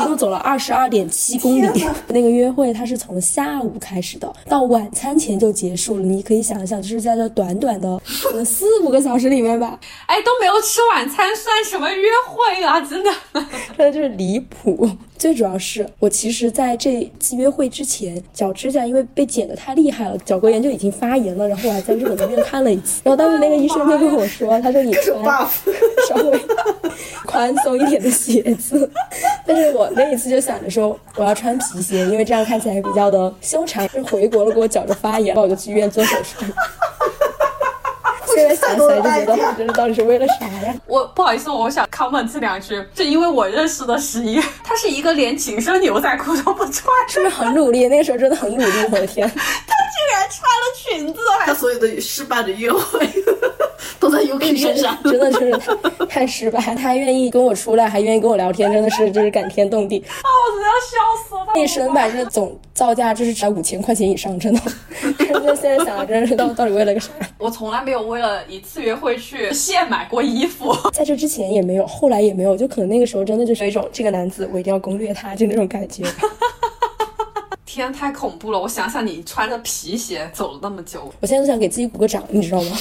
[SPEAKER 2] 一共走了二十二点七公里。那个约会它是从下午开始的，到晚餐前就结束了。你可以想象，就是在这短短的可能四五个小时里面吧，
[SPEAKER 3] 哎，都没有吃晚餐，算什么约会啊？真的。
[SPEAKER 2] 真的就是离谱。最主要是我其实在这次约会之前，脚指甲因为被剪得太厉害了，脚隔炎就已经发炎了，然后我还在日本的医院看了一次。然后当时那个医生就跟我说，他说你穿稍微宽松一点的鞋子，但是我那一次就想着说我要穿皮鞋，因为这样看起来比较的修长。就是回国了，给我脚就发炎了，我就去医院做手术。现在想起来就觉得，我真的到底是为了啥呀？
[SPEAKER 3] 我不好意思，我想 comment 这两句，是因为我认识的十一， (laughs) 他是一个连紧身牛仔裤都不穿，
[SPEAKER 2] 是不是很努力？那个时候真的很努力，我的天！
[SPEAKER 3] 竟然穿了裙子，还
[SPEAKER 1] 他所有的失败的约会 (laughs) 都在 UK (laughs) 身上。
[SPEAKER 2] 真的真的太太失败。他还愿意跟我出来，还愿意跟我聊天，真的是就是感天动地。
[SPEAKER 3] 啊，我真的要笑死了。
[SPEAKER 2] 那一身吧，就是总造价就是才五千块钱以上，真的。 (laughs) 真的现在想来，真的是到到底为了个啥？
[SPEAKER 3] 我从来没有为了一次约会去现买过衣服，
[SPEAKER 2] 在这之前也没有，后来也没有，就可能那个时候真的就是有一种这个男子我一定要攻略他就那种感觉。
[SPEAKER 3] (laughs) 天，太恐怖了！我想想，你穿着皮鞋走了那么久，
[SPEAKER 2] 我现在都想给自己鼓个掌，你知道吗？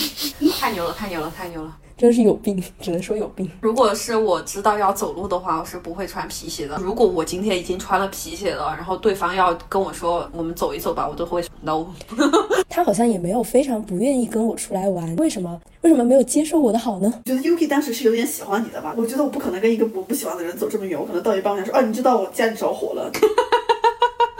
[SPEAKER 3] 太牛了，太牛了，太牛了。
[SPEAKER 2] 真的是有病，只能说有病。
[SPEAKER 3] 如果是我知道要走路的话，我是不会穿皮鞋的。如果我今天已经穿了皮鞋了，然后对方要跟我说我们走一走吧，我都会 no。
[SPEAKER 2] 他好像也没有非常不愿意跟我出来玩，为什么？为什么没有接受我的好呢？
[SPEAKER 1] 觉得 Yuki 当时是有点喜欢你的吧？我觉得我不可能跟一个我不喜欢的人走这么远，我可能到一半我想说，哦、你知道我家里着火了，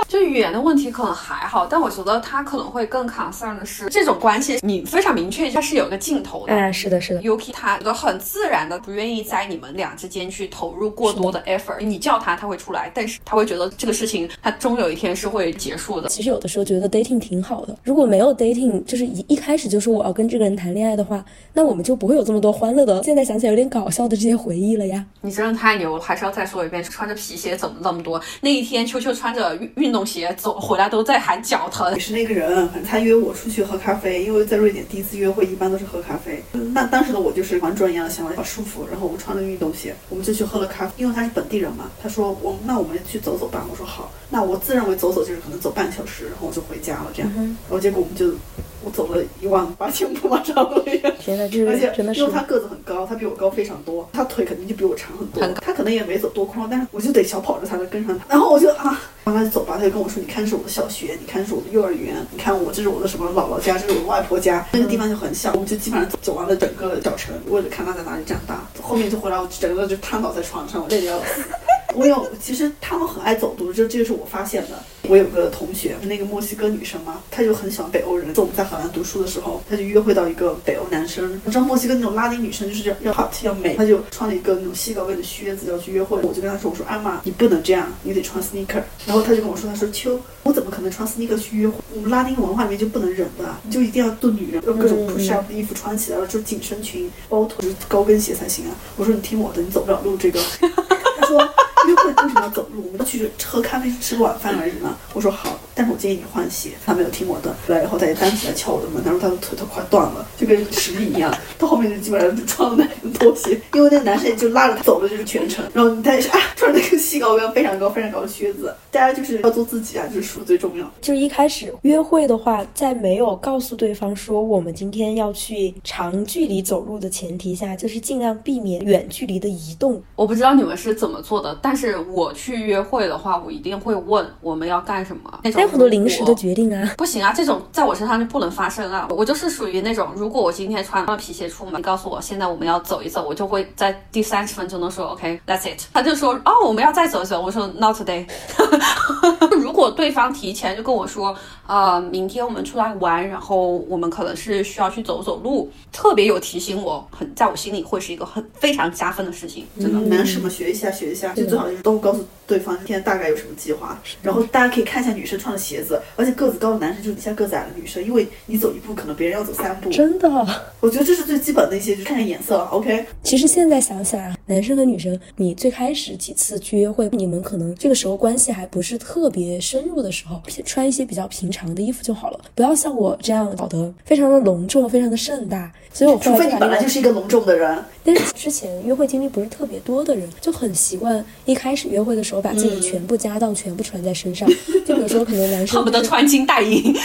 [SPEAKER 3] 就语言的问题可能还好，但我觉得他可能会更 concern 的是这种关系，你非常明确它是有个尽头
[SPEAKER 6] 嗯
[SPEAKER 3] 的。
[SPEAKER 2] 哎，是的，是的。
[SPEAKER 3] Yuki 他觉得很自然的不愿意在你们俩之间去投入过多的 effort，你叫他他会出来，但是他会觉得这个事情他终有一天是会结束的。
[SPEAKER 2] 其实有的时候觉得 dating 挺好的，如果没有 dating，就是一一开始就说我要跟这个人谈恋爱的话，那我们就不会有这么多欢乐的，现在想起来有点搞笑的这些回忆了呀。
[SPEAKER 3] 你真的太牛了，还是要再说一遍，穿着皮鞋走了那么多，那一天秋秋穿着运运动鞋走回来都在喊脚疼
[SPEAKER 1] 你。是那个人，反正他约我出去喝咖啡，因为在瑞典第一次约会一般都是喝咖啡。嗯那当时的我就是玩转一样的想法，好舒服。然后我穿了运动鞋，我们就去喝了咖啡，因为他是本地人嘛。他说我那我们去走走吧，我说好。那我自认为走走就是可能走半小时，然后我就回家了这样。然后结果我们就我走了一万八千步吧， (laughs) 差不多也。
[SPEAKER 2] 天呐，这
[SPEAKER 1] 而且
[SPEAKER 2] 个真的是
[SPEAKER 1] 因为他个子很高，他比我高非常多，他腿肯定就比我长很多。
[SPEAKER 3] 很
[SPEAKER 1] 他可能也没走多宽，但是我就得小跑着才能跟上他。然后我就啊，然后他就走吧，他就跟我说：“你看这是我的小学，你看这是我的幼儿园，你看我这是我的什么姥姥家，这是我的外婆家。”那个地方就很小，我们就基本上走完了整个小城，为了看他在哪里长大。后面就回来，我整个就瘫倒在床上，我累得要死。 (laughs) 我有，其实他们很爱走读，这这个是我发现的。我有个同学，那个墨西哥女生嘛，她就很喜欢北欧人。就我们在荷兰读书的时候，她就约会到一个北欧男生。你知道墨西哥那种拉丁女生就是要要 hot 要美，她就穿了一个那种细高跟的靴子要去约会。我就跟她说，我说艾玛，你不能这样，你得穿 sneaker。然后她就跟我说，她说秋，我怎么可能穿 sneaker 去约会？我们拉丁文化里面就不能忍的啊，就一定要做女人，要各种
[SPEAKER 2] 嗯
[SPEAKER 1] push up 的衣服穿起来，然后就是紧身裙、包腿、就是高跟鞋才行啊。我说你听我的，你走不了路这个。他说约会为什么要走路？我们去喝咖啡吃个晚饭而已嘛。我说好，但是我建议你换鞋。他没有听我的，回来以后他也单起来敲我的门，他说他的腿都快断了，就跟实力一样。到后面就基本上就穿了那个拖鞋，因为那个男生也就拉着他走了就是全程。然后他也是啊，穿着那个细高跟非常高非常高的靴子，大家就是要做自己啊，就是说最重要。
[SPEAKER 2] 就是一开始约会的话，在没有告诉对方说我们今天要去长距离走路的前提下，就是尽量避免远距离的移动。
[SPEAKER 3] 我不知道你们是怎么做的，但是我去约会的话，我一定会问我们要干什么。那种
[SPEAKER 2] 还有很多哎临时的
[SPEAKER 3] 我
[SPEAKER 2] 决定啊，
[SPEAKER 3] 不行啊，这种在我身上就不能发生啊！我就是属于那种，如果我今天穿了皮鞋出门，你告诉我现在我们要走一走，我就会在第三十分钟的说 OK，that's、it。他就说哦，我们要再走一走，我说 not today。如果对方提前就跟我说，呃，明天我们出来玩，然后我们可能是需要去走走路，特别有提醒我，很在我心里会是一个很非常加分的事情，真的。
[SPEAKER 1] 嗯，男士们学一下，学一下，就最好就是都告诉对方今天大概有什么计划，然后大家可以看一下女生穿的鞋子，而且个子高的男生就一下个子矮的女生，因为你走一步，可能别人要走三步。
[SPEAKER 2] 真的。
[SPEAKER 1] 我觉得这是最基本的一些，就看看眼色，OK。
[SPEAKER 2] 其实现在想想啊，男生和女生，你最开始几次去约会，你们可能这个时候关系还不是特别深入的时候，而且穿一些比较平常的衣服就好了，不要像我这样搞得非常的隆重，非常的盛大。所以我后
[SPEAKER 1] 除
[SPEAKER 2] 来
[SPEAKER 1] 非
[SPEAKER 2] 就
[SPEAKER 1] 你
[SPEAKER 2] 把
[SPEAKER 1] 本来
[SPEAKER 2] 另外
[SPEAKER 1] 就是一个隆重的人，
[SPEAKER 2] 但是之前约会经历不是特别多的人，就很习惯一开始约会的时候把自己
[SPEAKER 1] 嗯
[SPEAKER 2] 全部家当全部穿在身上。就比如说，可能男
[SPEAKER 1] (laughs)
[SPEAKER 3] 恨
[SPEAKER 2] 生
[SPEAKER 3] 不得穿金戴银，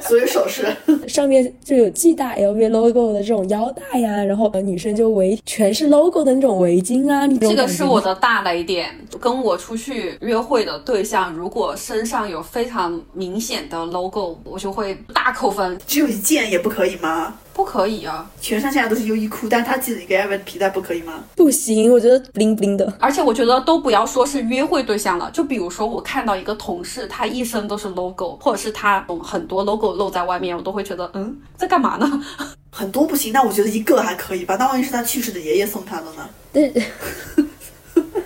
[SPEAKER 1] 所有首饰。
[SPEAKER 2] 上面就有巨大 LV logo 的这种腰带呀、然后女生就围全是 logo 的那种围巾啊，这种
[SPEAKER 3] (laughs) 这个
[SPEAKER 2] 感觉
[SPEAKER 3] 是我的大雷点。跟我出去约会的对象，如果身上有非常明显的 logo，我就会大扣分。
[SPEAKER 1] 只有一件也不可以吗？
[SPEAKER 3] 不可以啊！
[SPEAKER 1] 全身上下都是优衣库，但是他系了一个 Evan 皮带，不可以吗？
[SPEAKER 2] 不行，我觉得 bling bling 的。
[SPEAKER 3] 而且我觉得都不要说是约会对象了，就比如说我看到一个同事，他一身都是 logo，或者是他有很多 logo 露在外面，我都会觉得嗯，在干嘛呢？ (laughs)
[SPEAKER 1] 很多不行，但我觉得一个还可以吧。那万一是他去世的爷爷送他的呢？
[SPEAKER 2] 但是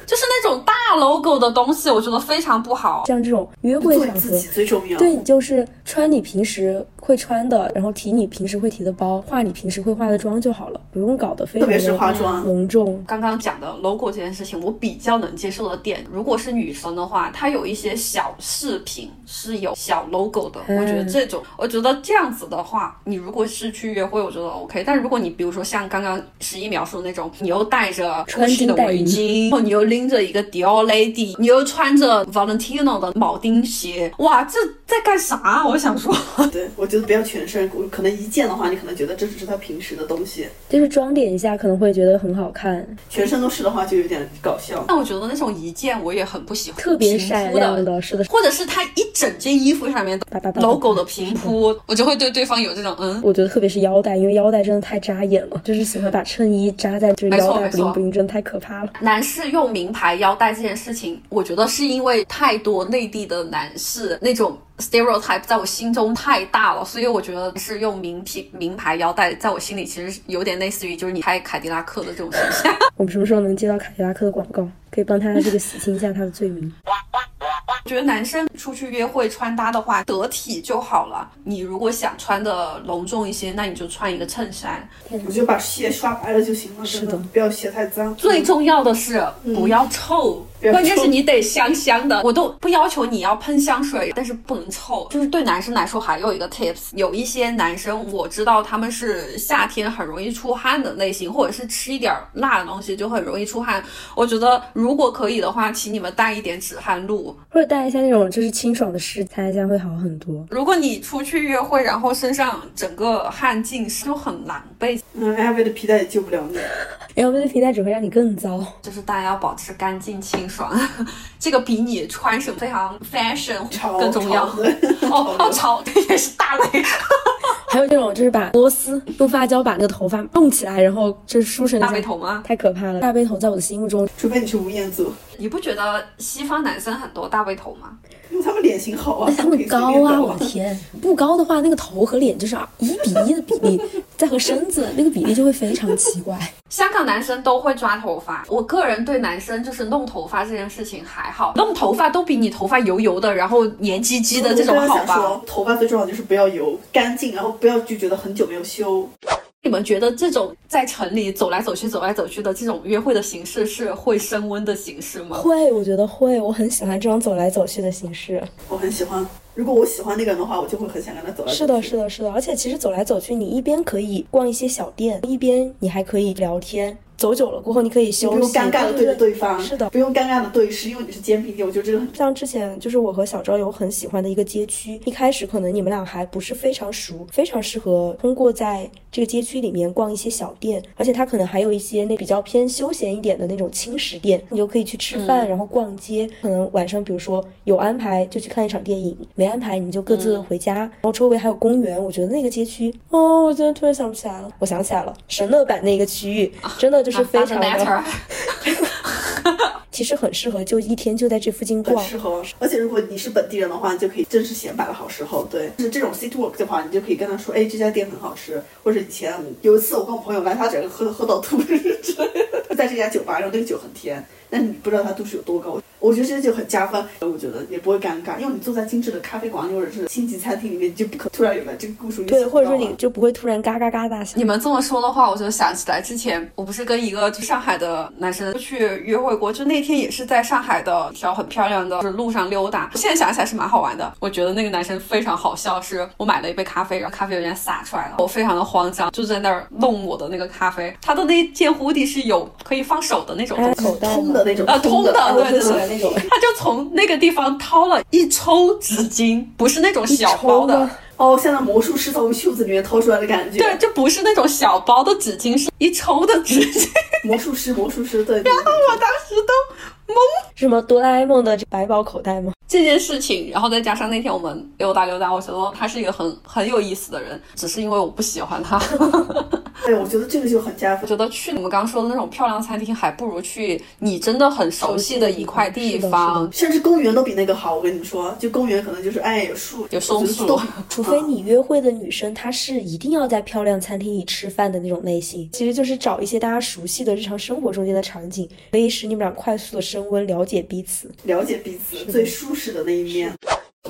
[SPEAKER 3] 就是那种大 logo 的东西，我觉得非常不好。
[SPEAKER 2] 像这种约会
[SPEAKER 1] 做你
[SPEAKER 2] 场
[SPEAKER 1] 自
[SPEAKER 2] 合
[SPEAKER 1] 己，最重要。
[SPEAKER 2] 对你就是穿你平时会穿的，然后提你平时会提的包，化你平时会化的妆就好了，不用搞得非常
[SPEAKER 1] 特别是化
[SPEAKER 2] 的
[SPEAKER 1] 妆
[SPEAKER 2] 隆重。
[SPEAKER 3] 刚刚讲的 logo 这件事情，我比较能接受的点，如果是女生的话，她有一些小饰品是有小 logo 的，
[SPEAKER 2] 嗯
[SPEAKER 3] 我觉得这种，我觉得这样子的话，你如果是去约会，我觉得 OK。但如果你比如说像刚刚十一描述的那种，你又戴着
[SPEAKER 2] 穿
[SPEAKER 3] 过去
[SPEAKER 2] 金
[SPEAKER 3] 的
[SPEAKER 2] 戴
[SPEAKER 3] 围
[SPEAKER 2] 银
[SPEAKER 3] 巾，然后你又拎着一个 Dior Lady，你又穿着 Valentino 的铆钉鞋，哇，这在干啥？我想说， (laughs)
[SPEAKER 1] 对，我觉得不要全身，可能一件的话，你可能觉得这只是他平时的东西。
[SPEAKER 2] 就是装点一下可能会觉得很好看，
[SPEAKER 1] 全身都是的话，就有点搞笑。
[SPEAKER 3] 但我觉得那种一件我也很不喜欢，
[SPEAKER 2] 特别
[SPEAKER 3] 平铺
[SPEAKER 2] 闪
[SPEAKER 3] 的
[SPEAKER 2] 亮的，是的，
[SPEAKER 3] 或者是他一整件衣服上面
[SPEAKER 2] 叭叭叭
[SPEAKER 3] logo 的平铺，我就会对对方有这种嗯。
[SPEAKER 2] 我觉得特别是腰带，因为腰带真的太扎眼了，就是喜欢把衬衣扎在这个
[SPEAKER 3] 没错
[SPEAKER 2] 腰带
[SPEAKER 3] 没
[SPEAKER 2] 不
[SPEAKER 3] 错
[SPEAKER 2] 灵不灵，真的太可怕了。
[SPEAKER 3] 男士用名牌腰带这件事情，我觉得是因为太多内地的男士那种 stereotype 在我心中太大了，所以我觉得是用名品名牌腰带，在我心里其实是有点类似于就是你开凯迪拉克的这种形象。
[SPEAKER 2] 我们什么时候能接到凯迪拉克的广告，可以帮他这个洗清一下他的罪名？
[SPEAKER 3] (laughs) 我觉得男生出去约会穿搭的话，得体就好了。你如果想穿的隆重一些，那你就穿一个衬衫，
[SPEAKER 1] 我觉得把鞋刷白了就行了，真
[SPEAKER 2] 是的
[SPEAKER 1] 不要鞋太脏。
[SPEAKER 3] 最重要的是不要臭，
[SPEAKER 1] 别
[SPEAKER 3] 关键
[SPEAKER 1] 说
[SPEAKER 3] 是你得香香的，我都不要求你要喷香水，但是不能臭。就是对男生来说，还有一个 tips，有一些男生我知道他们是夏天很容易出汗的类型，或者是吃一点辣的东西就很容易出汗。我觉得如果可以的话，请你们带一点止汗露。
[SPEAKER 2] 或者带一下那种就是清爽的食材，这样会好很多。
[SPEAKER 3] 如果你出去约会，然后身上整个汗尽是，就很狼狈。
[SPEAKER 1] 嗯，LV 的皮带也救不了你。
[SPEAKER 2] 然后那个皮带只会让你更糟。
[SPEAKER 3] 就是大家要保持干净清爽，这个比你穿什么非常 fashion
[SPEAKER 1] 潮
[SPEAKER 3] 更重要。
[SPEAKER 1] 潮 (laughs) 的
[SPEAKER 3] 哦哦，潮这 (laughs) 也是大雷。
[SPEAKER 2] 还有那种就是把螺丝用发胶把那个头发弄起来，然后就是梳成一下
[SPEAKER 3] 大背头吗
[SPEAKER 2] 太可怕了！大背头在我的心目中，
[SPEAKER 1] 除非你是吴彦祖，
[SPEAKER 3] 你不觉得西方男生很多大背头吗？
[SPEAKER 1] 因为他们脸型好啊，
[SPEAKER 2] 而且他
[SPEAKER 1] 可以随
[SPEAKER 2] 们
[SPEAKER 1] 便
[SPEAKER 2] 高啊，
[SPEAKER 1] 搞
[SPEAKER 2] 我的天！不高的话，那个头和脸就是一比一的比例，再和身子那个比例就会非常奇怪。
[SPEAKER 3] 香港男生都会抓头发，我个人对男生就是弄头发这件事情还好，弄头发都比你头发油油的，然后黏唧唧的这种好
[SPEAKER 1] 我刚刚想
[SPEAKER 3] 吧？
[SPEAKER 1] 说，头发最重要的就是不要油，干净，然后不要就觉得很久没有修。
[SPEAKER 3] 你们觉得这种在城里走来走去、走来走去的这种约会的形式是会升温的形式吗？
[SPEAKER 2] 会，我觉得会，我很喜欢这种走来走去的形式。
[SPEAKER 1] 我很喜欢，如果我喜欢那个人的话，我就会很想跟他走来走去。
[SPEAKER 2] 是的，是的，是的。而且其实走来走去，你一边可以逛一些小店，一边你还可以聊天。走久了过后，你可以
[SPEAKER 1] 你
[SPEAKER 2] 休
[SPEAKER 1] 不用
[SPEAKER 2] 息，
[SPEAKER 1] 尴尬的对
[SPEAKER 2] 对
[SPEAKER 1] 着
[SPEAKER 2] 对
[SPEAKER 1] 对方，
[SPEAKER 2] 是的
[SPEAKER 1] 不用尴尬的对视，因为你是肩并肩，我觉得这个很。
[SPEAKER 2] 像之前就是我和小昭有很喜欢的一个街区，一开始可能你们俩还不是非常熟，非常适合通过在这个街区里面逛一些小店，而且它可能还有一些那比较偏休闲一点的那种轻食店，你就可以去吃饭，然后逛街。可能晚上比如说有安排就去看一场电影，没安排你就各自回家。然后周围还有公园，我觉得那个街区哦，我真的突然想不起来了，我想起来了，神乐坂那个区域真的就是非常
[SPEAKER 3] Doesn't
[SPEAKER 2] 的，
[SPEAKER 3] matter
[SPEAKER 2] 其实很适合就一天就在这附近
[SPEAKER 1] 很
[SPEAKER 2] 逛。
[SPEAKER 1] 适合，而且如果你是本地人的话，你就可以正是显摆的好时候。对，就是这种 city walk 的话，你就可以跟他说，哎，这家店很好吃。或者以前有一次我跟我朋友来，他整个喝喝到吐 (laughs) 之类的，在这家酒吧，然后那个酒很甜，但是你不知道他度数有多高。我觉得这就很加分，我觉得也不会尴尬，因为你坐在精致的咖啡馆里或者是星级餐厅里面，你就不可突然有来这个故事，你
[SPEAKER 2] 对，
[SPEAKER 1] 想不
[SPEAKER 2] 或者
[SPEAKER 1] 到
[SPEAKER 2] 说你
[SPEAKER 1] 啊
[SPEAKER 2] 就不会突然嘎嘎嘎大笑。
[SPEAKER 3] 你们这么说的话，我就想起来之前我不是跟一个上海的男生去约会过，就那天也是在上海的一条很漂亮的路上溜达。现在想起来是蛮好玩的，我觉得那个男生非常好笑，是我买了一杯咖啡，然后咖啡有点洒出来了，我非常的慌张，就在那儿弄我的那个咖啡。他的那件 hoodie 是有可以放手的那种
[SPEAKER 2] 哎
[SPEAKER 3] 东西。
[SPEAKER 2] 口袋
[SPEAKER 1] 通
[SPEAKER 2] 嘛
[SPEAKER 1] 的那种，
[SPEAKER 3] 啊，通的，
[SPEAKER 1] 我特
[SPEAKER 3] 对对
[SPEAKER 1] 喜欢
[SPEAKER 3] 对，
[SPEAKER 1] 那种。
[SPEAKER 3] 他就从那个地方掏了一抽纸巾，不是那种小包
[SPEAKER 2] 抽
[SPEAKER 3] 的
[SPEAKER 2] 吗，
[SPEAKER 1] 哦，像那魔术师从袖子里面掏出来的感觉。
[SPEAKER 3] 对，，就不是那种小包的纸巾，是一抽的纸巾。
[SPEAKER 1] 魔术师，魔术师，对。然后我
[SPEAKER 3] 当时都
[SPEAKER 2] 什么哆啦 A 梦的百宝口袋吗？
[SPEAKER 3] 这件事情，然后再加上那天我们溜达溜达，我觉得他是一个很很有意思的人，只是因为我不喜欢他。 (laughs)
[SPEAKER 1] 对，哎我觉得这个就很加分。
[SPEAKER 3] 我觉得去你们刚说的那种漂亮餐厅，还不如去你真的很熟悉的一块地方。
[SPEAKER 1] 甚至公园都比那个好，我跟你说，就公园可能就是哎有树，
[SPEAKER 3] 有松树
[SPEAKER 1] 我觉得
[SPEAKER 2] 除非你约会的女生她是一定要在漂亮餐厅里吃饭的那种类型，其实就是找一些大家熟悉的日常生活中间的场景，可以使你们俩快速的升温，了解彼此。
[SPEAKER 1] 都了解彼此最舒适的那一面。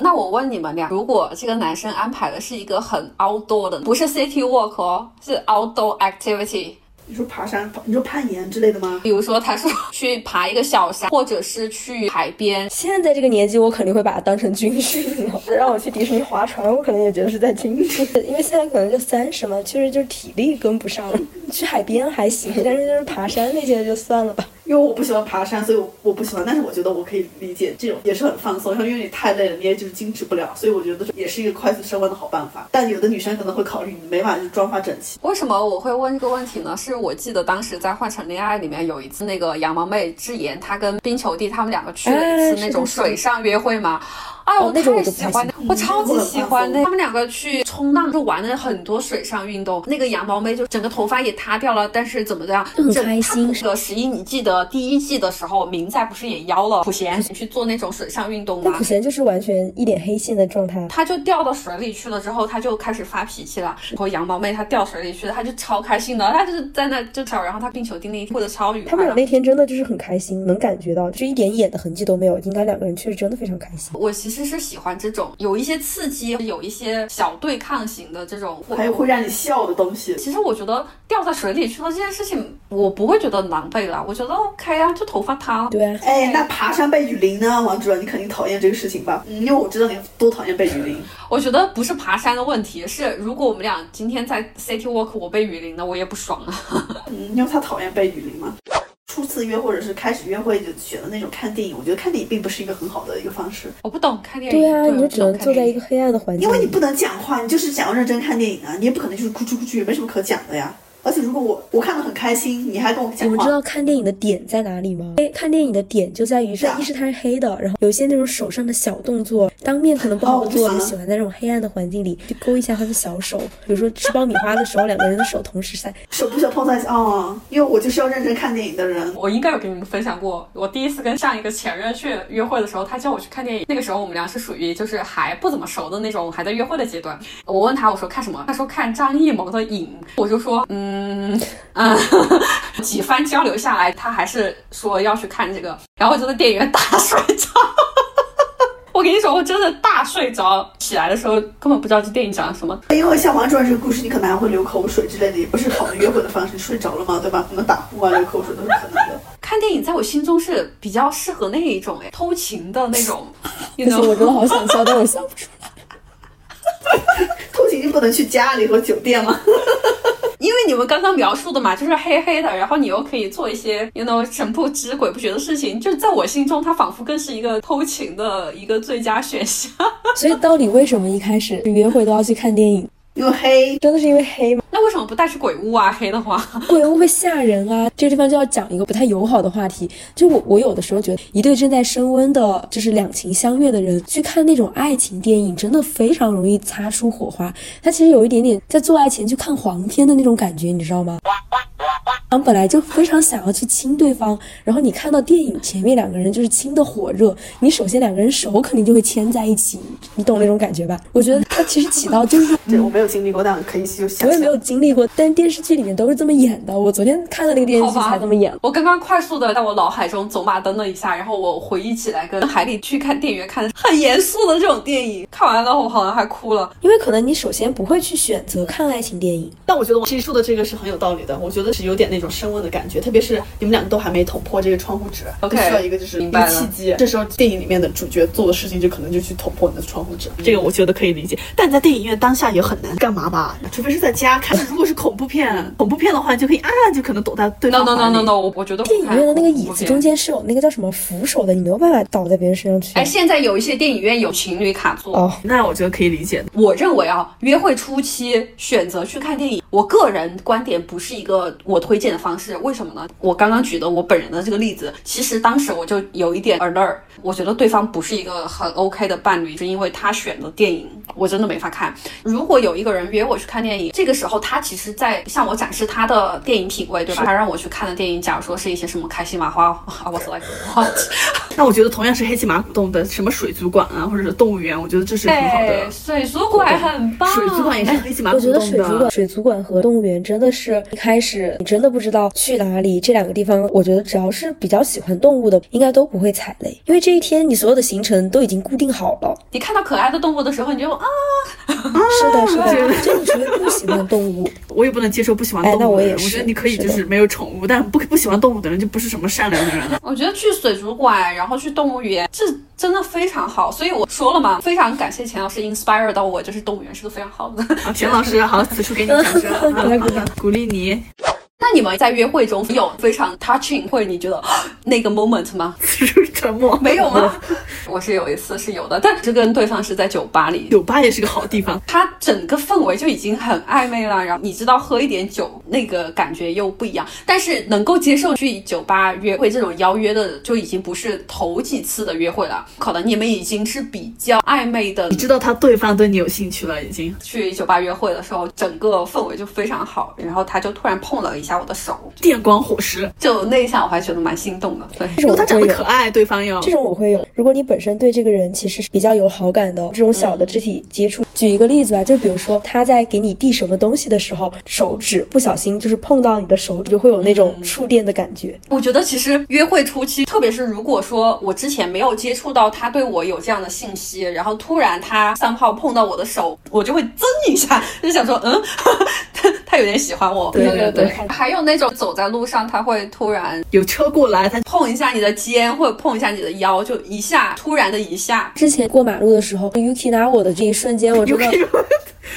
[SPEAKER 3] 那我问你们俩，如果这个男生安排的是一个很 outdoor 的，不是 city walk 哦，是 outdoor activity，
[SPEAKER 1] 你说爬山，你说攀岩之类的吗？
[SPEAKER 3] 比如说他说去爬一个小山，或者是去海边，
[SPEAKER 2] 现在这个年纪，我肯定会把它当成军训了。 (laughs) 让我去迪士尼划船，我可能也觉得是在军训， (laughs) 因为现在可能就三十嘛，确实就是体力跟不上。 (laughs) 去海边还行，但是就是爬山那些就算了吧。 (laughs)
[SPEAKER 1] 因为我不喜欢爬山，所以我我不喜欢。但是我觉得我可以理解这种也是很放松，因为你太累了，你也就是矜持不了，所以我觉得也是一个快速升温的好办法。但有的女生可能会考虑你没法就妆发整齐，
[SPEAKER 3] 为什么我会问这个问题呢？是我记得当时在《换乘恋爱》里面有一次，那个羊毛妹智妍，她跟冰球弟他们两个去了一次那种水上约会嘛。哎，我
[SPEAKER 2] 哦那种
[SPEAKER 3] 太
[SPEAKER 2] 我就不
[SPEAKER 3] 喜
[SPEAKER 2] 太
[SPEAKER 3] 欢
[SPEAKER 2] 喜
[SPEAKER 3] 那，我超级喜
[SPEAKER 1] 嗯
[SPEAKER 3] 欢那。他们两个去冲浪，就玩了很多水上运动。那个羊毛妹就整个头发也塌掉了，但是怎么样，
[SPEAKER 2] 就很
[SPEAKER 3] 整
[SPEAKER 2] 开心
[SPEAKER 3] 她那个十一，你记得第一季的时候，明在不是也邀了普贤去做那种水上运动
[SPEAKER 2] 但
[SPEAKER 3] 吗
[SPEAKER 2] 普？贤就是完全一脸黑线的状 (laughs) 态。
[SPEAKER 3] 他就掉到水里去了，之后他就开始发脾气了。然后羊毛妹她掉水里去了，她就超开心的，她就是在那就跳，然后她冰球丁那一过得超愉
[SPEAKER 2] 他
[SPEAKER 3] 快
[SPEAKER 2] 们俩
[SPEAKER 3] 的。
[SPEAKER 2] 那天真的就是很开心，能感觉到，就一点演的痕迹都没有。应该两个人确实真的非常开心。
[SPEAKER 3] 我其实是喜欢这种有一些刺激、有一些小对抗型的这种。
[SPEAKER 1] 还有会让你笑的东西。
[SPEAKER 3] 其实我觉得掉在水里去了这件事情，我不会觉得狼狈啦，我觉得 OK 啊，就头发塌。
[SPEAKER 2] 对啊，
[SPEAKER 1] 哎，那爬山被雨淋呢，王主任，你肯定讨厌这个事情吧？嗯，因为我知道你多讨厌被雨淋。
[SPEAKER 3] 我觉得不是爬山的问题，是如果我们俩今天在 City Walk 我被雨淋了，我也不爽啊。
[SPEAKER 1] 嗯，因为他讨厌被雨淋嘛。初次约或者是开始约会就选的那种看电影，我觉得看电影并不是一个很好的一个方式，
[SPEAKER 3] 我不懂看电影，
[SPEAKER 2] 对啊，你就
[SPEAKER 3] 我
[SPEAKER 2] 只
[SPEAKER 3] 不懂
[SPEAKER 2] 能
[SPEAKER 3] 看
[SPEAKER 2] 坐在
[SPEAKER 3] 电
[SPEAKER 2] 一
[SPEAKER 3] 影
[SPEAKER 2] 个黑暗的环境
[SPEAKER 1] 因为你
[SPEAKER 2] 里。
[SPEAKER 1] 不能讲话，你就是想要认真看电影啊，你也不可能就是哭哧哭哧，也没什么可讲的呀。而且如果我我看得很开心，你还跟我
[SPEAKER 2] 你
[SPEAKER 1] 讲
[SPEAKER 2] 们知
[SPEAKER 1] 话，
[SPEAKER 2] 道看电影的点在哪里吗？哎，看电影的点就在于是
[SPEAKER 1] 对啊
[SPEAKER 2] 一是它是黑的，然后有一些那种手上的小动作，当面可能不好
[SPEAKER 1] 哦
[SPEAKER 2] 做，
[SPEAKER 1] 我
[SPEAKER 2] 就
[SPEAKER 1] 不
[SPEAKER 2] 喜欢在这种黑暗的环境里去勾一下他的小手，比如说吃爆米花的时候，两个人的手同时塞，
[SPEAKER 1] 手不小碰在一起哦，因为我就是要认真看电影的人。
[SPEAKER 3] 我应该有跟你们分享过，我第一次跟上一个前任去约会的时候，他叫我去看电影。那个时候我们俩是属于就是还不怎么熟的那种，还在约会的阶段。我问他我说看什么，他说看张艺谋的影，我就说嗯嗯，几番交流下来，他还是说要去看这个，然后我就在电影院大睡着。我跟你说，我真的大睡着，起来的时候根本不知道这电影讲了什么。
[SPEAKER 1] 因为像王主任这个故事，你可能还会流口水之类的，也不是好的约会的方式。你睡着了嘛，对吧？可能打呼啊、流口水都是可能的。
[SPEAKER 3] 看电影在我心中是比较适合那一种哎偷情的那种，你
[SPEAKER 2] 可
[SPEAKER 3] 知
[SPEAKER 2] 是我？
[SPEAKER 3] 道吗
[SPEAKER 2] 真的好想笑，但我笑不出来。
[SPEAKER 1] 偷情就不能去家里和酒店吗？
[SPEAKER 3] 因为你们刚刚描述的嘛，就是黑黑的，然后你又可以做一些 you know 神不知鬼不觉的事情，就在我心中，它仿佛更是一个偷情的一个最佳选项。 (laughs)
[SPEAKER 2] 所以到底为什么一开始约会都要去看电影？
[SPEAKER 1] 因为黑，
[SPEAKER 2] (laughs) 真的是因为黑吗？
[SPEAKER 3] 那为什么不带去鬼屋啊？黑的话，
[SPEAKER 2] (laughs) 鬼屋会吓人啊！这个地方就要讲一个不太友好的话题。就我，我有的时候觉得，一对正在升温的，就是两情相悦的人，去看那种爱情电影，真的非常容易擦出火花。他其实有一点点在做爱前去看黄片的那种感觉，你知道吗？然后本来就非常想要去亲对方，然后你看到电影前面两个人就是亲的火热，你首先两个人手肯定就会牵在一起，你懂那种感觉吧？我觉得它其实起到就是
[SPEAKER 1] 对我没有经历过，但可以就想
[SPEAKER 2] 我也没有经历过，但电视剧里面都是这么演的。我昨天看的那个电视剧才这么演。
[SPEAKER 3] 我刚刚快速的在我脑海中走马灯了一下，然后我回忆起来跟海里去看电影院看的很严肃的这种电影，看完了我好像还哭了。
[SPEAKER 2] 因为可能你首先不会去选择看爱情电影，
[SPEAKER 1] 但我觉得我叙述的这个是很有道理的，我觉得是有点那种升温的感觉，特别是你们两个都还没捅破这个窗户纸
[SPEAKER 3] OK，
[SPEAKER 1] 就需要一个就是一
[SPEAKER 3] 明
[SPEAKER 1] 个
[SPEAKER 3] 白了
[SPEAKER 1] 契机。这时候电影里面的主角做的事情，就可能就去捅破你的窗户纸，
[SPEAKER 3] 嗯
[SPEAKER 1] 这个我觉得可以理解。但你在电影院当下也很难干嘛吧？除非是在家看， (laughs) 如果是恐怖片，恐怖片的话你就可以啊，就可能躲在对
[SPEAKER 3] No
[SPEAKER 1] 方
[SPEAKER 3] no
[SPEAKER 1] 怀
[SPEAKER 3] no
[SPEAKER 1] 里
[SPEAKER 3] no no，我我觉得
[SPEAKER 2] 电影院的那个椅子中
[SPEAKER 3] 间。
[SPEAKER 2] 间是有那个叫什么扶手的，你没有办法倒在别人身上去。
[SPEAKER 3] 哎，现在有一些电影院有情侣卡座，
[SPEAKER 2] 哦，
[SPEAKER 1] 那我觉得可以理解的。
[SPEAKER 3] 我认为啊，约会初期选择去看电影，我个人观点不是一个我推荐的方式。为什么呢？我刚刚举的我本人的这个例子，其实当时我就有一点 alert，我觉得对方不是一个很 OK 的伴侣，是因为他选的电影我真的没法看。如果有一个人约我去看电影，这个时候他其实在向我展示他的电影品味，对吧？他让我去看的电影，假如说是一些什么开心麻花，I (laughs) was like what？
[SPEAKER 1] 那我觉得同样是黑漆麻古洞的什么水族馆啊，或者是动物园，我觉得这是很好
[SPEAKER 3] (laughs) 对，
[SPEAKER 1] 的。
[SPEAKER 3] 水族馆很棒，
[SPEAKER 1] 水族馆也是黑漆麻
[SPEAKER 2] 哎我
[SPEAKER 1] 古
[SPEAKER 2] 觉
[SPEAKER 1] 洞的。
[SPEAKER 2] 得水族馆、水族馆和动物园真的是一开始你真的不知道去哪里，这两个地方，我觉得只要是比较喜欢动物的，应该都不会踩雷，因为这一天你所有的行程都已经固定好了。
[SPEAKER 3] 你看到可爱的动物的时候，你就啊。
[SPEAKER 2] 是的，是的，就你除非不喜欢动物，
[SPEAKER 1] 我也不能接受不喜欢
[SPEAKER 2] 哎
[SPEAKER 1] 动
[SPEAKER 2] 那
[SPEAKER 1] 物
[SPEAKER 2] 我
[SPEAKER 1] 的
[SPEAKER 2] 也
[SPEAKER 1] 人。我
[SPEAKER 2] 是
[SPEAKER 1] 觉得你可以
[SPEAKER 2] 是
[SPEAKER 1] 就是没有宠物，但不不 (laughs) 喜欢动物的人就不是什么善良的人
[SPEAKER 2] (laughs)
[SPEAKER 1] 了。
[SPEAKER 3] 我觉得去水族馆，然后去动物园，这真的非常好。所以我说了嘛，非常感谢钱老师 inspire 到我，就是动物园是个非常好的。 (laughs)
[SPEAKER 1] 啊，田老师，好，此处给你掌声，啊
[SPEAKER 2] (laughs) 给他鼓掌
[SPEAKER 1] 鼓励你。
[SPEAKER 3] 那你们在约会中有非常 touching 或者你觉得 (gasps) 那个 moment 吗？
[SPEAKER 1] (laughs) 此处沉
[SPEAKER 2] (laughs)
[SPEAKER 1] 默。
[SPEAKER 3] 没有吗？我是有一次是有的，但是跟对方是在酒吧里，
[SPEAKER 1] (laughs) 酒吧也是个好地方，
[SPEAKER 3] 它整个氛围就已经很暧昧了，然后你知道喝一点酒那个感觉又不一样，但是能够接受去酒吧约会这种邀约的，就已经不是头几次的约会了，可能你们已经是比较暧昧的
[SPEAKER 1] 你知道他对方对你有兴趣了，已经。
[SPEAKER 3] 去酒吧约会的时候，整个氛围就非常好，然后他就突然碰了一下我的手，
[SPEAKER 1] 电光火石，
[SPEAKER 3] 就那一下我还觉得蛮心动的。对，
[SPEAKER 2] 这
[SPEAKER 1] 如果
[SPEAKER 2] 种
[SPEAKER 1] 他
[SPEAKER 2] 我
[SPEAKER 1] 长
[SPEAKER 2] 会
[SPEAKER 1] 得
[SPEAKER 2] 有
[SPEAKER 1] 可。爱，对方要
[SPEAKER 2] 这种我会有。如果你本身对这个人其实是比较有好感的，哦这种小
[SPEAKER 3] 嗯
[SPEAKER 2] 的肢体接触，举一个例子吧，就比如说他在给你递什么东西的时候，手指不小心就是碰到你的手指，就会有那
[SPEAKER 3] 嗯
[SPEAKER 2] 种触电的感觉。
[SPEAKER 3] 我觉得其实约会初期，特别是如果说我之前没有接触到他对我有这样的信息，然后突然他三炮碰到我的手，我就会噌一下，就想说，嗯， (laughs) 他他有点喜欢我。
[SPEAKER 2] 对
[SPEAKER 3] 对
[SPEAKER 2] 对对
[SPEAKER 3] 还有那种走在路上，他会突然
[SPEAKER 1] 有车过来，他
[SPEAKER 3] 碰一下你的肩，或者碰一下你的腰，就一下突然的一下，
[SPEAKER 2] 之前过马路的时候，Yuki 拿我的这一瞬间，我
[SPEAKER 1] 有
[SPEAKER 2] 真的
[SPEAKER 1] 可以说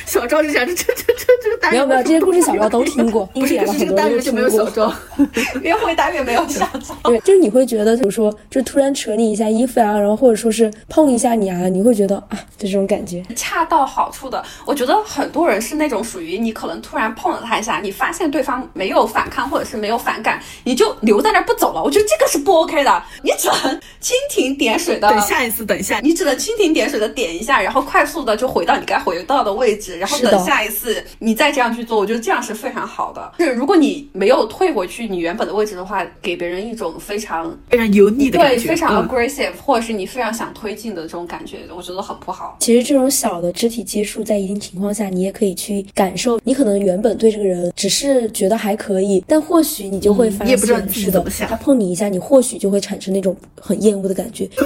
[SPEAKER 1] 小赵就想这这这这这个单
[SPEAKER 2] 没
[SPEAKER 1] 元
[SPEAKER 2] 有没有，这些故事小赵都听过，
[SPEAKER 1] (laughs) 不
[SPEAKER 2] 听
[SPEAKER 1] 是
[SPEAKER 2] 姐
[SPEAKER 1] 这
[SPEAKER 2] 了
[SPEAKER 1] 是这个
[SPEAKER 2] 很多
[SPEAKER 1] 单
[SPEAKER 2] 都
[SPEAKER 1] 元就
[SPEAKER 2] 听
[SPEAKER 1] 没有小
[SPEAKER 2] 过。
[SPEAKER 1] 赵，
[SPEAKER 2] (laughs)
[SPEAKER 3] 约会单元没有下场。
[SPEAKER 2] 对，就是你会觉得，比如说，就突然扯你一下衣服啊呀、然后或者说是碰一下你啊，你会觉得啊，就这种感觉。
[SPEAKER 3] 恰到好处的。我觉得很多人是那种属于你可能突然碰了他一下，你发现对方没有反抗或者是没有反感，你就留在那儿不走了。我觉得这个是不 OK 的，你只能蜻蜓
[SPEAKER 1] (laughs)
[SPEAKER 3] 点水的。
[SPEAKER 1] 等下一次，等一下，
[SPEAKER 3] 你只能蜻蜓点水的点一下，然后快速的就回到你该回到的位置，然后
[SPEAKER 2] 是的
[SPEAKER 3] 等下一次你再这样去做，我觉得这样是非常好的。就是如果你没有退回去你原本的位置的话，给别人一种非常
[SPEAKER 1] 非常油腻的感
[SPEAKER 3] 对
[SPEAKER 1] 觉，
[SPEAKER 3] 非常
[SPEAKER 1] 嗯
[SPEAKER 3] aggressive，、或者是你非常想推进的这种感觉，我觉得很不好。
[SPEAKER 2] 其实这种小的肢体接触，在一定情况下，你也可以去感受。你可能原本对这个人只是觉得还可以，但或许你就会发
[SPEAKER 1] 嗯你也不知道你
[SPEAKER 2] 现，
[SPEAKER 1] 自己
[SPEAKER 2] 是的
[SPEAKER 1] 怎么，想
[SPEAKER 2] 他碰你一下，你或许就会产生那种很厌恶的感觉。 (laughs)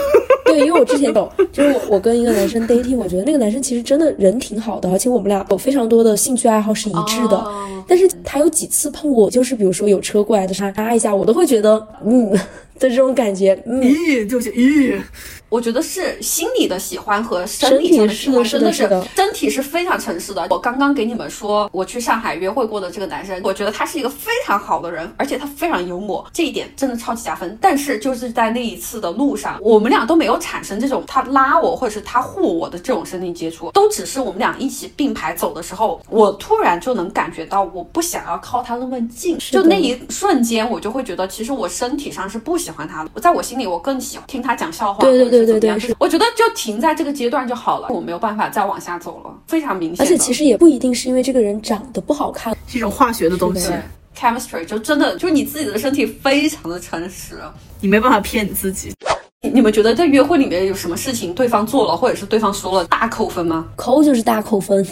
[SPEAKER 2] 对，因为我之
[SPEAKER 1] (laughs)
[SPEAKER 2] 前有，就是我我跟一个男生 dating，我觉得那个男生其实真的人挺好的，而且我们俩有非常多的兴趣爱好是一致的。
[SPEAKER 3] 哦
[SPEAKER 2] 但是他有几次碰我，就是比如说有车过来的时候，他拉一下，我都会觉得嗯 (laughs) 的这种感觉，嗯，
[SPEAKER 1] 咦，就是咦，
[SPEAKER 3] 我觉得是心理的喜欢和生理上喜欢，
[SPEAKER 2] 身体是的
[SPEAKER 3] 真的
[SPEAKER 2] 是的是的
[SPEAKER 3] 身体是非常诚实的。我刚刚给你们说，我去上海约会过的这个男生，我觉得他是一个非常好的人，而且他非常幽默，这一点真的超级加分。但是就是在那一次的路上，我们俩都没有产生这种他拉我或者是他护我的这种身体接触，都只是我们俩一起并排走的时候，我突然就能感觉到我不想要靠他那么近，
[SPEAKER 2] 的
[SPEAKER 3] 就那一瞬间，我就会觉得其实我身体上是不喜欢他的，在我心里我更喜欢听他讲笑话。
[SPEAKER 2] 对对对对对
[SPEAKER 3] 或者是怎么样
[SPEAKER 2] 是
[SPEAKER 3] 我觉得就停在这个阶段就好了，我没有办法再往下走了，非常明显
[SPEAKER 2] 而
[SPEAKER 3] 的。
[SPEAKER 2] 且其实也不一定是因为这个人长得不好看，
[SPEAKER 1] 是一种化学的东西
[SPEAKER 3] 对，chemistry 就真的就你自己的身体非常的诚实。
[SPEAKER 1] 你没办法骗你自己。
[SPEAKER 3] 你你们觉得在约会里面有什么事情对方做了或者是对方说了大扣分吗？ (laughs)
[SPEAKER 2] 抠就是大扣分。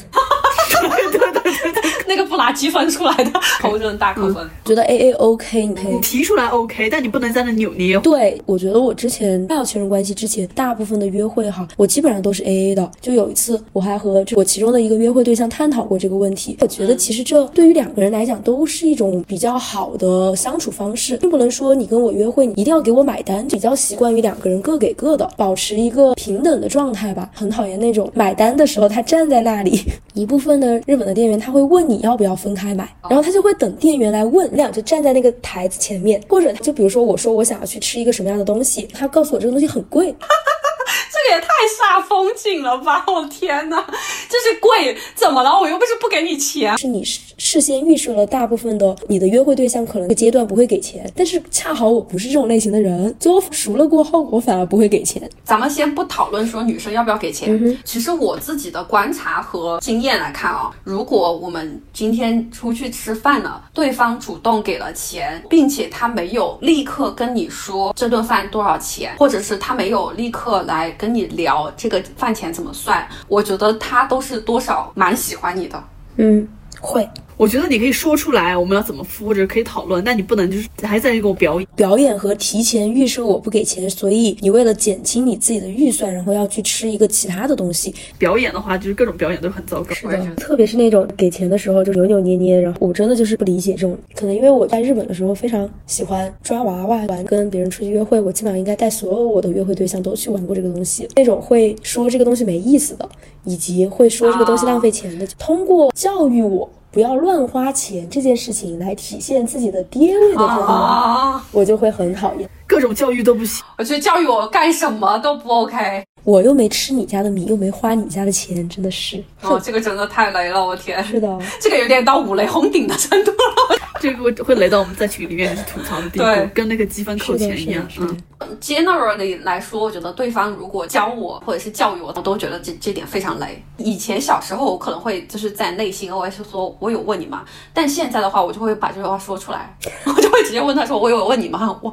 [SPEAKER 3] 那个不拿积分出来
[SPEAKER 2] (laughs)
[SPEAKER 3] 的，我真的大扣分。
[SPEAKER 2] 觉得 A A O K，你可以
[SPEAKER 1] 你。提出来 OK，但你不能在那扭捏。
[SPEAKER 2] 对，我觉得我之前没有确认关系之前，大部分的约会哈，我基本上都是 A A 的。就有一次，我还和这我其中的一个约会对象探讨过这个问题。我觉得其实这对于两个人来讲都是一种比较好的相处方式，并不能说你跟我约会，你一定要给我买单。比较习惯于两个人各给各的，保持一个平等的状态吧。很讨厌那种买单的时候他站在那里，一部分的日本的店员他会问你要不要分开买，然后他就会等店员来问，那我就站在那个台子前面，或者就比如说我说我想要去吃一个什么样的东西，他告诉我这个东西很贵，
[SPEAKER 3] 这个也太煞风景了吧！我天哪，就是贵怎么了？我又不是不给你钱。
[SPEAKER 2] 是你事事先预设了大部分的你的约会对象可能这个阶段不会给钱，但是恰好我不是这种类型的人，最后熟了过后我反而不会给钱，
[SPEAKER 3] 咱们先不讨论说女生要不要给
[SPEAKER 2] 嗯
[SPEAKER 3] 钱，其实我自己的观察和经验来看啊、如果我们今天出去吃饭了，对方主动给了钱，并且他没有立刻跟你说这顿饭多少钱，或者是他没有立刻来跟你聊这个饭钱怎么算，我觉得他都是多少蛮喜欢你的。
[SPEAKER 2] 嗯，会
[SPEAKER 1] 我觉得你可以说出来，我们要怎么付，或者可以讨论，但你不能就是还在这给我表演。
[SPEAKER 2] 表演和提前预设我不给钱，所以你为了减轻你自己的预算，然后要去吃一个其他的东西，
[SPEAKER 1] 表演的话，就是各种表演都很糟糕。
[SPEAKER 3] 我也觉得
[SPEAKER 2] 特别是那种给钱的时候就扭扭捏捏，然后我真的就是不理解这种。可能因为我在日本的时候非常喜欢抓娃娃玩，跟别人出去约会，我基本上应该带所有我的约会对象都去玩过这个东西。那种会说这个东西没意思的，以及会说这个东西浪费钱的，通过教育我。不要乱花钱这件事情来体现自己的爹味的这种人，
[SPEAKER 3] 啊，
[SPEAKER 2] 我就会很讨厌。
[SPEAKER 1] 各种教育都不行，
[SPEAKER 3] 我觉得教育我干什么都不 OK。
[SPEAKER 2] 我又没吃你家的米，又没花你家的钱，真的是。
[SPEAKER 3] 哦，这个真的太雷了，我天，
[SPEAKER 2] 是的，
[SPEAKER 3] 这个有点到五雷轰顶的程度了。
[SPEAKER 1] 这个会雷到我们在群里面去吐槽的地
[SPEAKER 3] 对
[SPEAKER 1] 步，跟那个积分
[SPEAKER 2] 是
[SPEAKER 1] 扣
[SPEAKER 2] 的，
[SPEAKER 1] 钱一
[SPEAKER 2] 是
[SPEAKER 1] 样
[SPEAKER 2] 的，。是的
[SPEAKER 1] 嗯，。
[SPEAKER 3] generally 来说，我觉得对方如果教我或者是教育我，我都觉得这这点非常雷。以前小时候我可能会就是在内心 OS 说我有问你吗？但现在的话，我就会把这句话说出来，我就会直接问他说我有问你吗？ (laughs) 我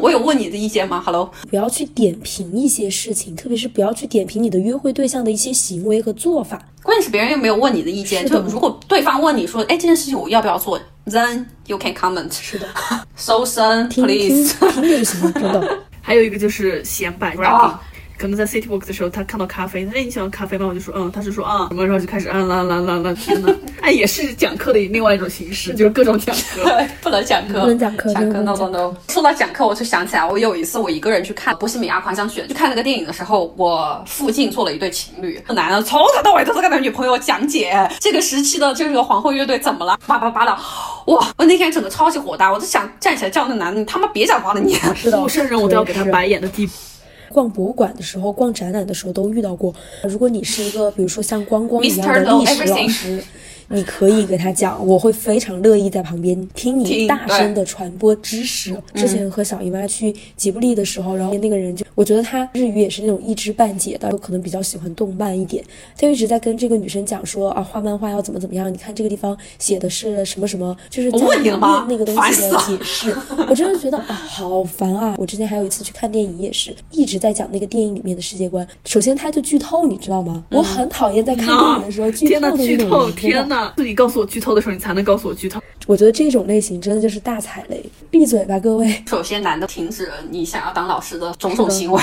[SPEAKER 3] 我有问你的意见吗？Hello，
[SPEAKER 2] 不要去点评一些事情，特别是不要去点评你的约会对象的一些行为和做法。
[SPEAKER 3] 关键是别人又没有问你的意见，
[SPEAKER 2] 是的
[SPEAKER 3] 就如果对方问你说，哎，这件事情我要不要做， then you can comment.
[SPEAKER 1] 是的。
[SPEAKER 3] (laughs) So soon,
[SPEAKER 2] 听听
[SPEAKER 3] please.
[SPEAKER 2] 听就行，真的。
[SPEAKER 1] 还有一个就是显摆 rapping，、
[SPEAKER 3] 啊
[SPEAKER 1] 可能在 City Walk 的时候，他看到咖啡，他说哎你喜欢咖啡吗？我就说嗯，他就说啊什么，然后就开始啊啦啦啦啦，天呐，哎也是讲课的另外一种形式，就是各种讲课。
[SPEAKER 3] 对，不能讲课，
[SPEAKER 2] 不能讲课
[SPEAKER 3] 讲
[SPEAKER 2] 真
[SPEAKER 3] 课
[SPEAKER 2] 的
[SPEAKER 3] no
[SPEAKER 2] 不
[SPEAKER 3] no
[SPEAKER 2] 能
[SPEAKER 3] no。说到讲课，我就想起来，我有一次我一个人去看《波西米亚狂想曲》，去看那个电影的时候，我附近坐了一对情侣，那男的从头到尾都在跟他女朋友讲解这个时期的这个皇后乐队怎么了，叭叭叭的，哇！我那天整个超级火大，我就想站起来叫那男的，你他妈别讲话了你。
[SPEAKER 2] 是的
[SPEAKER 1] 陌，生人我都要给他
[SPEAKER 2] 是
[SPEAKER 1] 白眼的地步。
[SPEAKER 2] 逛博物馆的时候、逛展览的时候都遇到过。如果你是一个，比如说像光光一样
[SPEAKER 3] Mr.
[SPEAKER 2] 的
[SPEAKER 3] Low
[SPEAKER 2] 历史老
[SPEAKER 3] everything
[SPEAKER 2] 师，你可以给他讲，我会非常乐意在旁边听
[SPEAKER 3] 听
[SPEAKER 2] 你大声的传播知识。
[SPEAKER 3] 嗯
[SPEAKER 2] 之前和小姨妈去吉卜力的时候，然后那个人就，我觉得他日语也是那种一知半解的，有可能比较喜欢动漫一点，他就一直在跟这个女生讲说啊，画漫画要怎么怎么样，你看这个地方写的是什么什么，就是
[SPEAKER 3] 我
[SPEAKER 2] 在
[SPEAKER 3] 问你了吗
[SPEAKER 2] 那个东
[SPEAKER 3] 烦
[SPEAKER 2] 西
[SPEAKER 3] 死
[SPEAKER 2] 的
[SPEAKER 3] 了
[SPEAKER 2] 解释， (laughs) 我真的觉得啊，好烦啊！我之前还有一次去看电影，也是一直在讲那个电影里面的世界观。首先，它就剧透，你知道吗？我很讨厌在看电影的时候
[SPEAKER 1] 嗯
[SPEAKER 2] 剧
[SPEAKER 1] 天
[SPEAKER 2] 透
[SPEAKER 1] 呐，
[SPEAKER 2] 的
[SPEAKER 1] 剧
[SPEAKER 2] 那种
[SPEAKER 1] 透！
[SPEAKER 2] 人。
[SPEAKER 1] 天
[SPEAKER 2] 真的，
[SPEAKER 1] 呐，是你告诉我剧透的时候，你才能告诉我剧透。 (laughs)
[SPEAKER 2] 我觉得这种类型真的就是大踩雷，闭嘴吧，各位！
[SPEAKER 3] 首先，男的停止了你想要当老师的种种行为，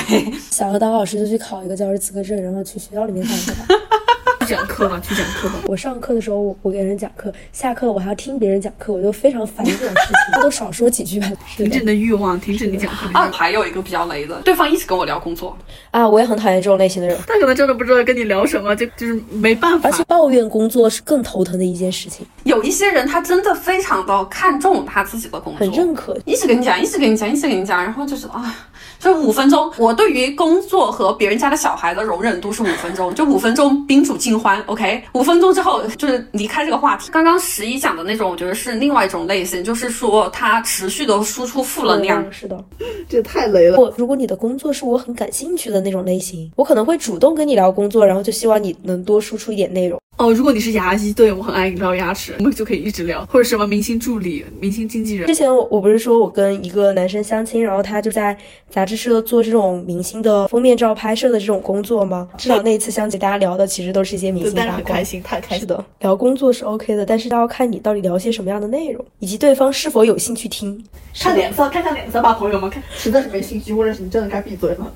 [SPEAKER 2] 想要当老师就去考一个教师资格证，然后去学校里面上课
[SPEAKER 1] (laughs)
[SPEAKER 2] 吧。
[SPEAKER 1] 去讲课吧，去讲课吧。
[SPEAKER 2] 我上课的时候，我我给人讲课，下课了我还要听别人讲课，我就非常烦这种事情，都少说几
[SPEAKER 1] (laughs)
[SPEAKER 2] 句吧。是
[SPEAKER 1] 停
[SPEAKER 2] 的
[SPEAKER 1] 止你的欲望，停止你 (laughs) 讲课。
[SPEAKER 3] 二还有一个比较雷的，对方一直跟我聊工作，
[SPEAKER 2] 啊，我也很讨厌这种类型的人，
[SPEAKER 1] 他可能真的不知道跟你聊什么，就就是没办法
[SPEAKER 2] 而。且抱怨工作是更头疼的一件事情，
[SPEAKER 3] 有一些人他真的非常的看重他自己的工作，
[SPEAKER 2] 很认可
[SPEAKER 3] 一直跟你讲，一直跟你讲，一直跟你讲，然后就是啊，就五分钟。我对于工作和别人家的小孩的容忍度是五分钟，就五分钟宾主尽欢，OK。五分钟之后就是离开这个话题。刚刚十一讲的那种，我觉得是另外一种类型，就是说他持续的输出负能
[SPEAKER 6] 嗯
[SPEAKER 3] 量。
[SPEAKER 2] 是的。
[SPEAKER 1] 这太雷了。
[SPEAKER 2] 我如果你的工作是我很感兴趣的那种类型，我可能会主动跟你聊工作，然后就希望你能多输出一点内容。
[SPEAKER 1] 哦，如果你是牙医，对我很爱聊牙齿，我们就可以一直聊，或者什么明星助理、明星经纪人
[SPEAKER 2] 之。前我我不是说我跟一个男生相亲，然后他就在杂志社做这种明星的封面照拍摄的这种工作吗？至少那一次相亲，大家聊的其实都是一些明
[SPEAKER 1] 对，
[SPEAKER 2] 星
[SPEAKER 1] 但是
[SPEAKER 2] 八
[SPEAKER 1] 很
[SPEAKER 2] 卦
[SPEAKER 1] 开。心，太开
[SPEAKER 2] 是
[SPEAKER 1] 心。
[SPEAKER 2] 的，聊工作是 OK 的，但是要看你到底聊些什么样的内容，以及对方是否有兴趣听。
[SPEAKER 1] 看脸色，看看脸色吧，朋友们，看实在是没兴趣，或者是你真的该闭嘴了。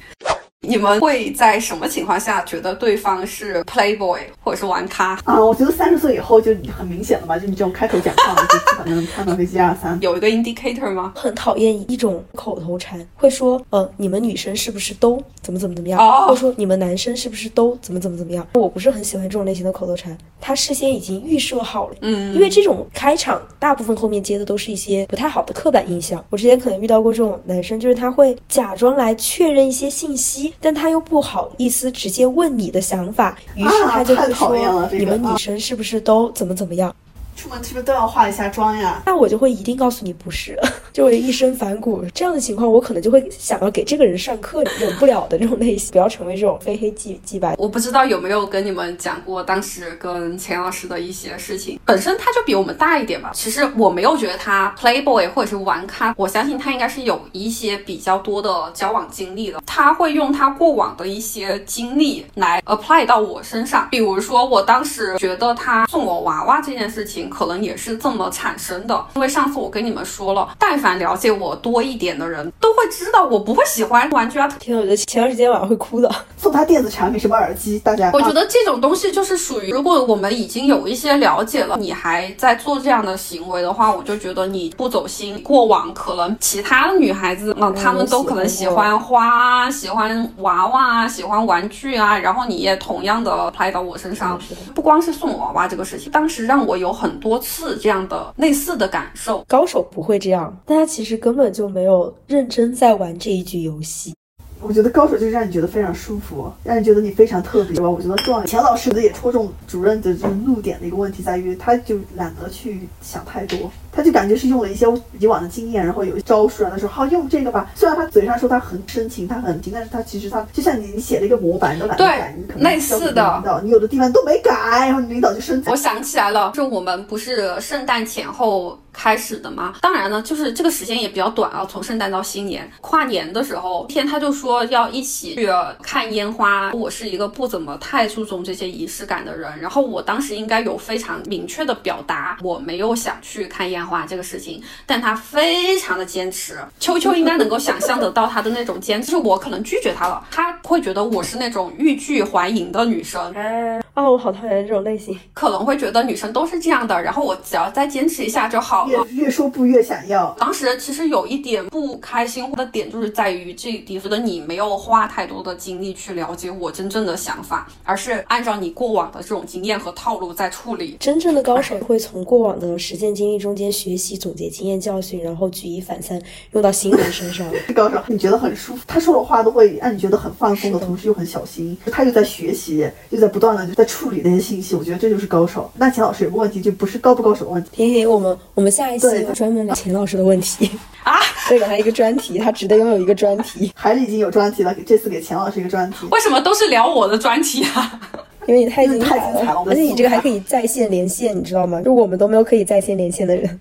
[SPEAKER 3] 你们会在什么情况下觉得对方是 playboy 或者是玩咖？
[SPEAKER 1] 啊，我觉得三十岁以后就很明显了嘛，就你这种开口讲话，我就基本能看到这些二三。
[SPEAKER 3] 有一个 indicator 吗？
[SPEAKER 2] 很讨厌一种口头禅，会说，呃，你们女生是不是都怎么怎么怎么样？
[SPEAKER 3] 哦
[SPEAKER 2] 或者说你们男生是不是都怎么怎么怎么样？我不是很喜欢这种类型的口头禅，他事先已经预设好了。
[SPEAKER 3] 嗯
[SPEAKER 2] 因为这种开场，大部分后面接的都是一些不太好的刻板印象。我之前可能遇到过这种男生，就是他会假装来确认一些信息，但他又不好意思直接问你的想法，于是
[SPEAKER 1] 啊
[SPEAKER 2] 他就
[SPEAKER 1] 太
[SPEAKER 2] 会
[SPEAKER 1] 讨
[SPEAKER 2] 说，
[SPEAKER 1] 厌了这个
[SPEAKER 2] 你们
[SPEAKER 1] 啊
[SPEAKER 2] 女生是不是都怎么怎么样？
[SPEAKER 1] 出门是不是都要化一下妆呀？
[SPEAKER 2] 那我就会一定告诉你不是， (laughs) 就会一身反骨。这样的情况，我可能就会想要给这个人上课，忍不了的这种类型，不要成为这种非黑即即白。
[SPEAKER 3] 我不知道有没有跟你们讲过，当时跟钱老师的一些事情。本身他就比我们大一点吧，其实我没有觉得他 playboy 或者是玩咖，我相信他应该是有一些比较多的交往经历的。他会用他过往的一些经历来 apply 到我身上，比如说我当时觉得他送我娃娃这件事情，可能也是这么产生的。因为上次我跟你们说了，但凡了解我多一点的人都会知道我不会喜欢玩具啊，
[SPEAKER 2] 天呐，我觉得前段时间晚上会哭的。 (laughs)
[SPEAKER 1] 送他电子产品，什么耳机，大家
[SPEAKER 3] 我觉得这种东西就是属于，如果我们已经有一些了解了，你还在做这样的行为的话，我就觉得你不走心。过往可能其他的女孩子，嗯，她们都可能喜欢花啊，喜欢娃娃啊，喜欢玩具啊，然后你也同样的拍到我身上。不光是送娃娃这个事情，当时让我有很多次这样的类似的感受。
[SPEAKER 2] 高手不会这样，但他其实根本就没有认真在玩这一局游戏。
[SPEAKER 4] 我觉得高手就是让你觉得非常舒服，让你觉得你非常特别吧。我觉得状元钱老师的也戳中主任的这个怒点的一个问题在于，他就懒得去想太多，他就感觉是用了一些以往的经验，然后有招数，让他说好用这个吧。虽然他嘴上说他很深情，他很情，但是他其实他就像你你写了一个模板，你都懒得
[SPEAKER 3] 对
[SPEAKER 4] 改，你可能
[SPEAKER 3] 类似
[SPEAKER 4] 交给你
[SPEAKER 3] 的
[SPEAKER 4] 领导，你
[SPEAKER 3] (laughs)
[SPEAKER 4] 有的地方都没改，然后你领导就生气
[SPEAKER 3] 我。想起来了，就我们不是圣诞前后开始的嘛。当然呢，就是这个时间也比较短啊，从圣诞到新年。跨年的时候，天他就说要一起去看烟花。我是一个不怎么太注重这些仪式感的人，然后我当时应该有非常明确的表达，我没有想去看烟花这个事情，但他非常的坚持。秋秋应该能够想象得到他的那种坚持，就是我可能拒绝他了，他会觉得我是那种欲拒还迎的女生。
[SPEAKER 6] 啊，我好讨厌这种类型。
[SPEAKER 3] 可能会觉得女生都是这样的，然后我只要再坚持一下就好了。
[SPEAKER 1] 越越说不越想要。
[SPEAKER 3] 当时其实有一点不开心的点，就是在于这里觉得你没有花太多的精力去了解我真正的想法，而是按照你过往的这种经验和套路在处理。
[SPEAKER 6] 真正的高手会从过往的实践经历中间学习、总结经验教训，然后举一反三，用到新人身上。
[SPEAKER 1] 高手，你觉得很舒服，他说的话都会让你觉得很放松的同时又很小心，他又在学习，又在不断的在处理那些信息，我觉得这就是高手。那钱老师有个问题，就不是高不高手的问题，
[SPEAKER 2] 嘿嘿，我们我们下一期
[SPEAKER 1] 对
[SPEAKER 2] 有专门聊钱老师的问题啊，再给他一个专题，他值得拥有一个专题，
[SPEAKER 1] 海里已经有专题了，这次给钱老师一个专题。
[SPEAKER 3] 为什么都是聊我的专题啊？
[SPEAKER 2] 因为你太
[SPEAKER 1] 因为
[SPEAKER 2] 精
[SPEAKER 1] 太
[SPEAKER 2] 彩
[SPEAKER 1] 精彩了
[SPEAKER 2] 了
[SPEAKER 1] 我，们
[SPEAKER 2] 而且你这个
[SPEAKER 1] 速
[SPEAKER 2] 还可以在线连线，你知道吗？就我们都没有可以在线连线的人。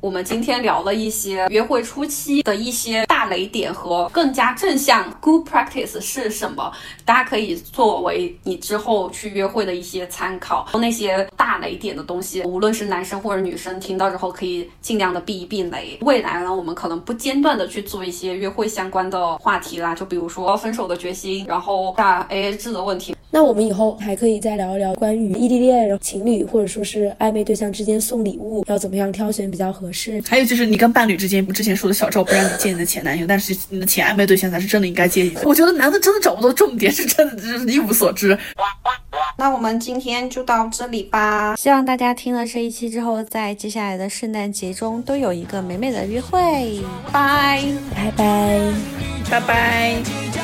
[SPEAKER 3] 我们今天聊了一些约会初期的一些大雷点和更加正向 good practice 是什么，大家可以作为你之后去约会的一些参考。那些大雷点的东西，无论是男生或者女生听到之后，可以尽量的避一避雷。未来呢，我们可能不间断的去做一些约会相关的话题啦，就比如说分手的决心，然后大 AA 制的问题，
[SPEAKER 2] 那我们以后还可以再聊一聊关于异地恋、然后情侣或者说是暧昧对象之间送礼物要怎么样挑选比较合适。
[SPEAKER 7] 还有就是你跟伴侣之间，我之前说的小赵不让你见你的前男友，但是你的前暧昧对象才是真的应该见你的。我觉得男的真的找不到重点，是真的就是一无所知。
[SPEAKER 3] 那我们今天就到这里吧。
[SPEAKER 5] 希望大家听了这一期之后，在接下来的圣诞节中都有一个美美的约会。
[SPEAKER 3] 拜。
[SPEAKER 2] 拜拜。
[SPEAKER 7] 拜拜。
[SPEAKER 8] 「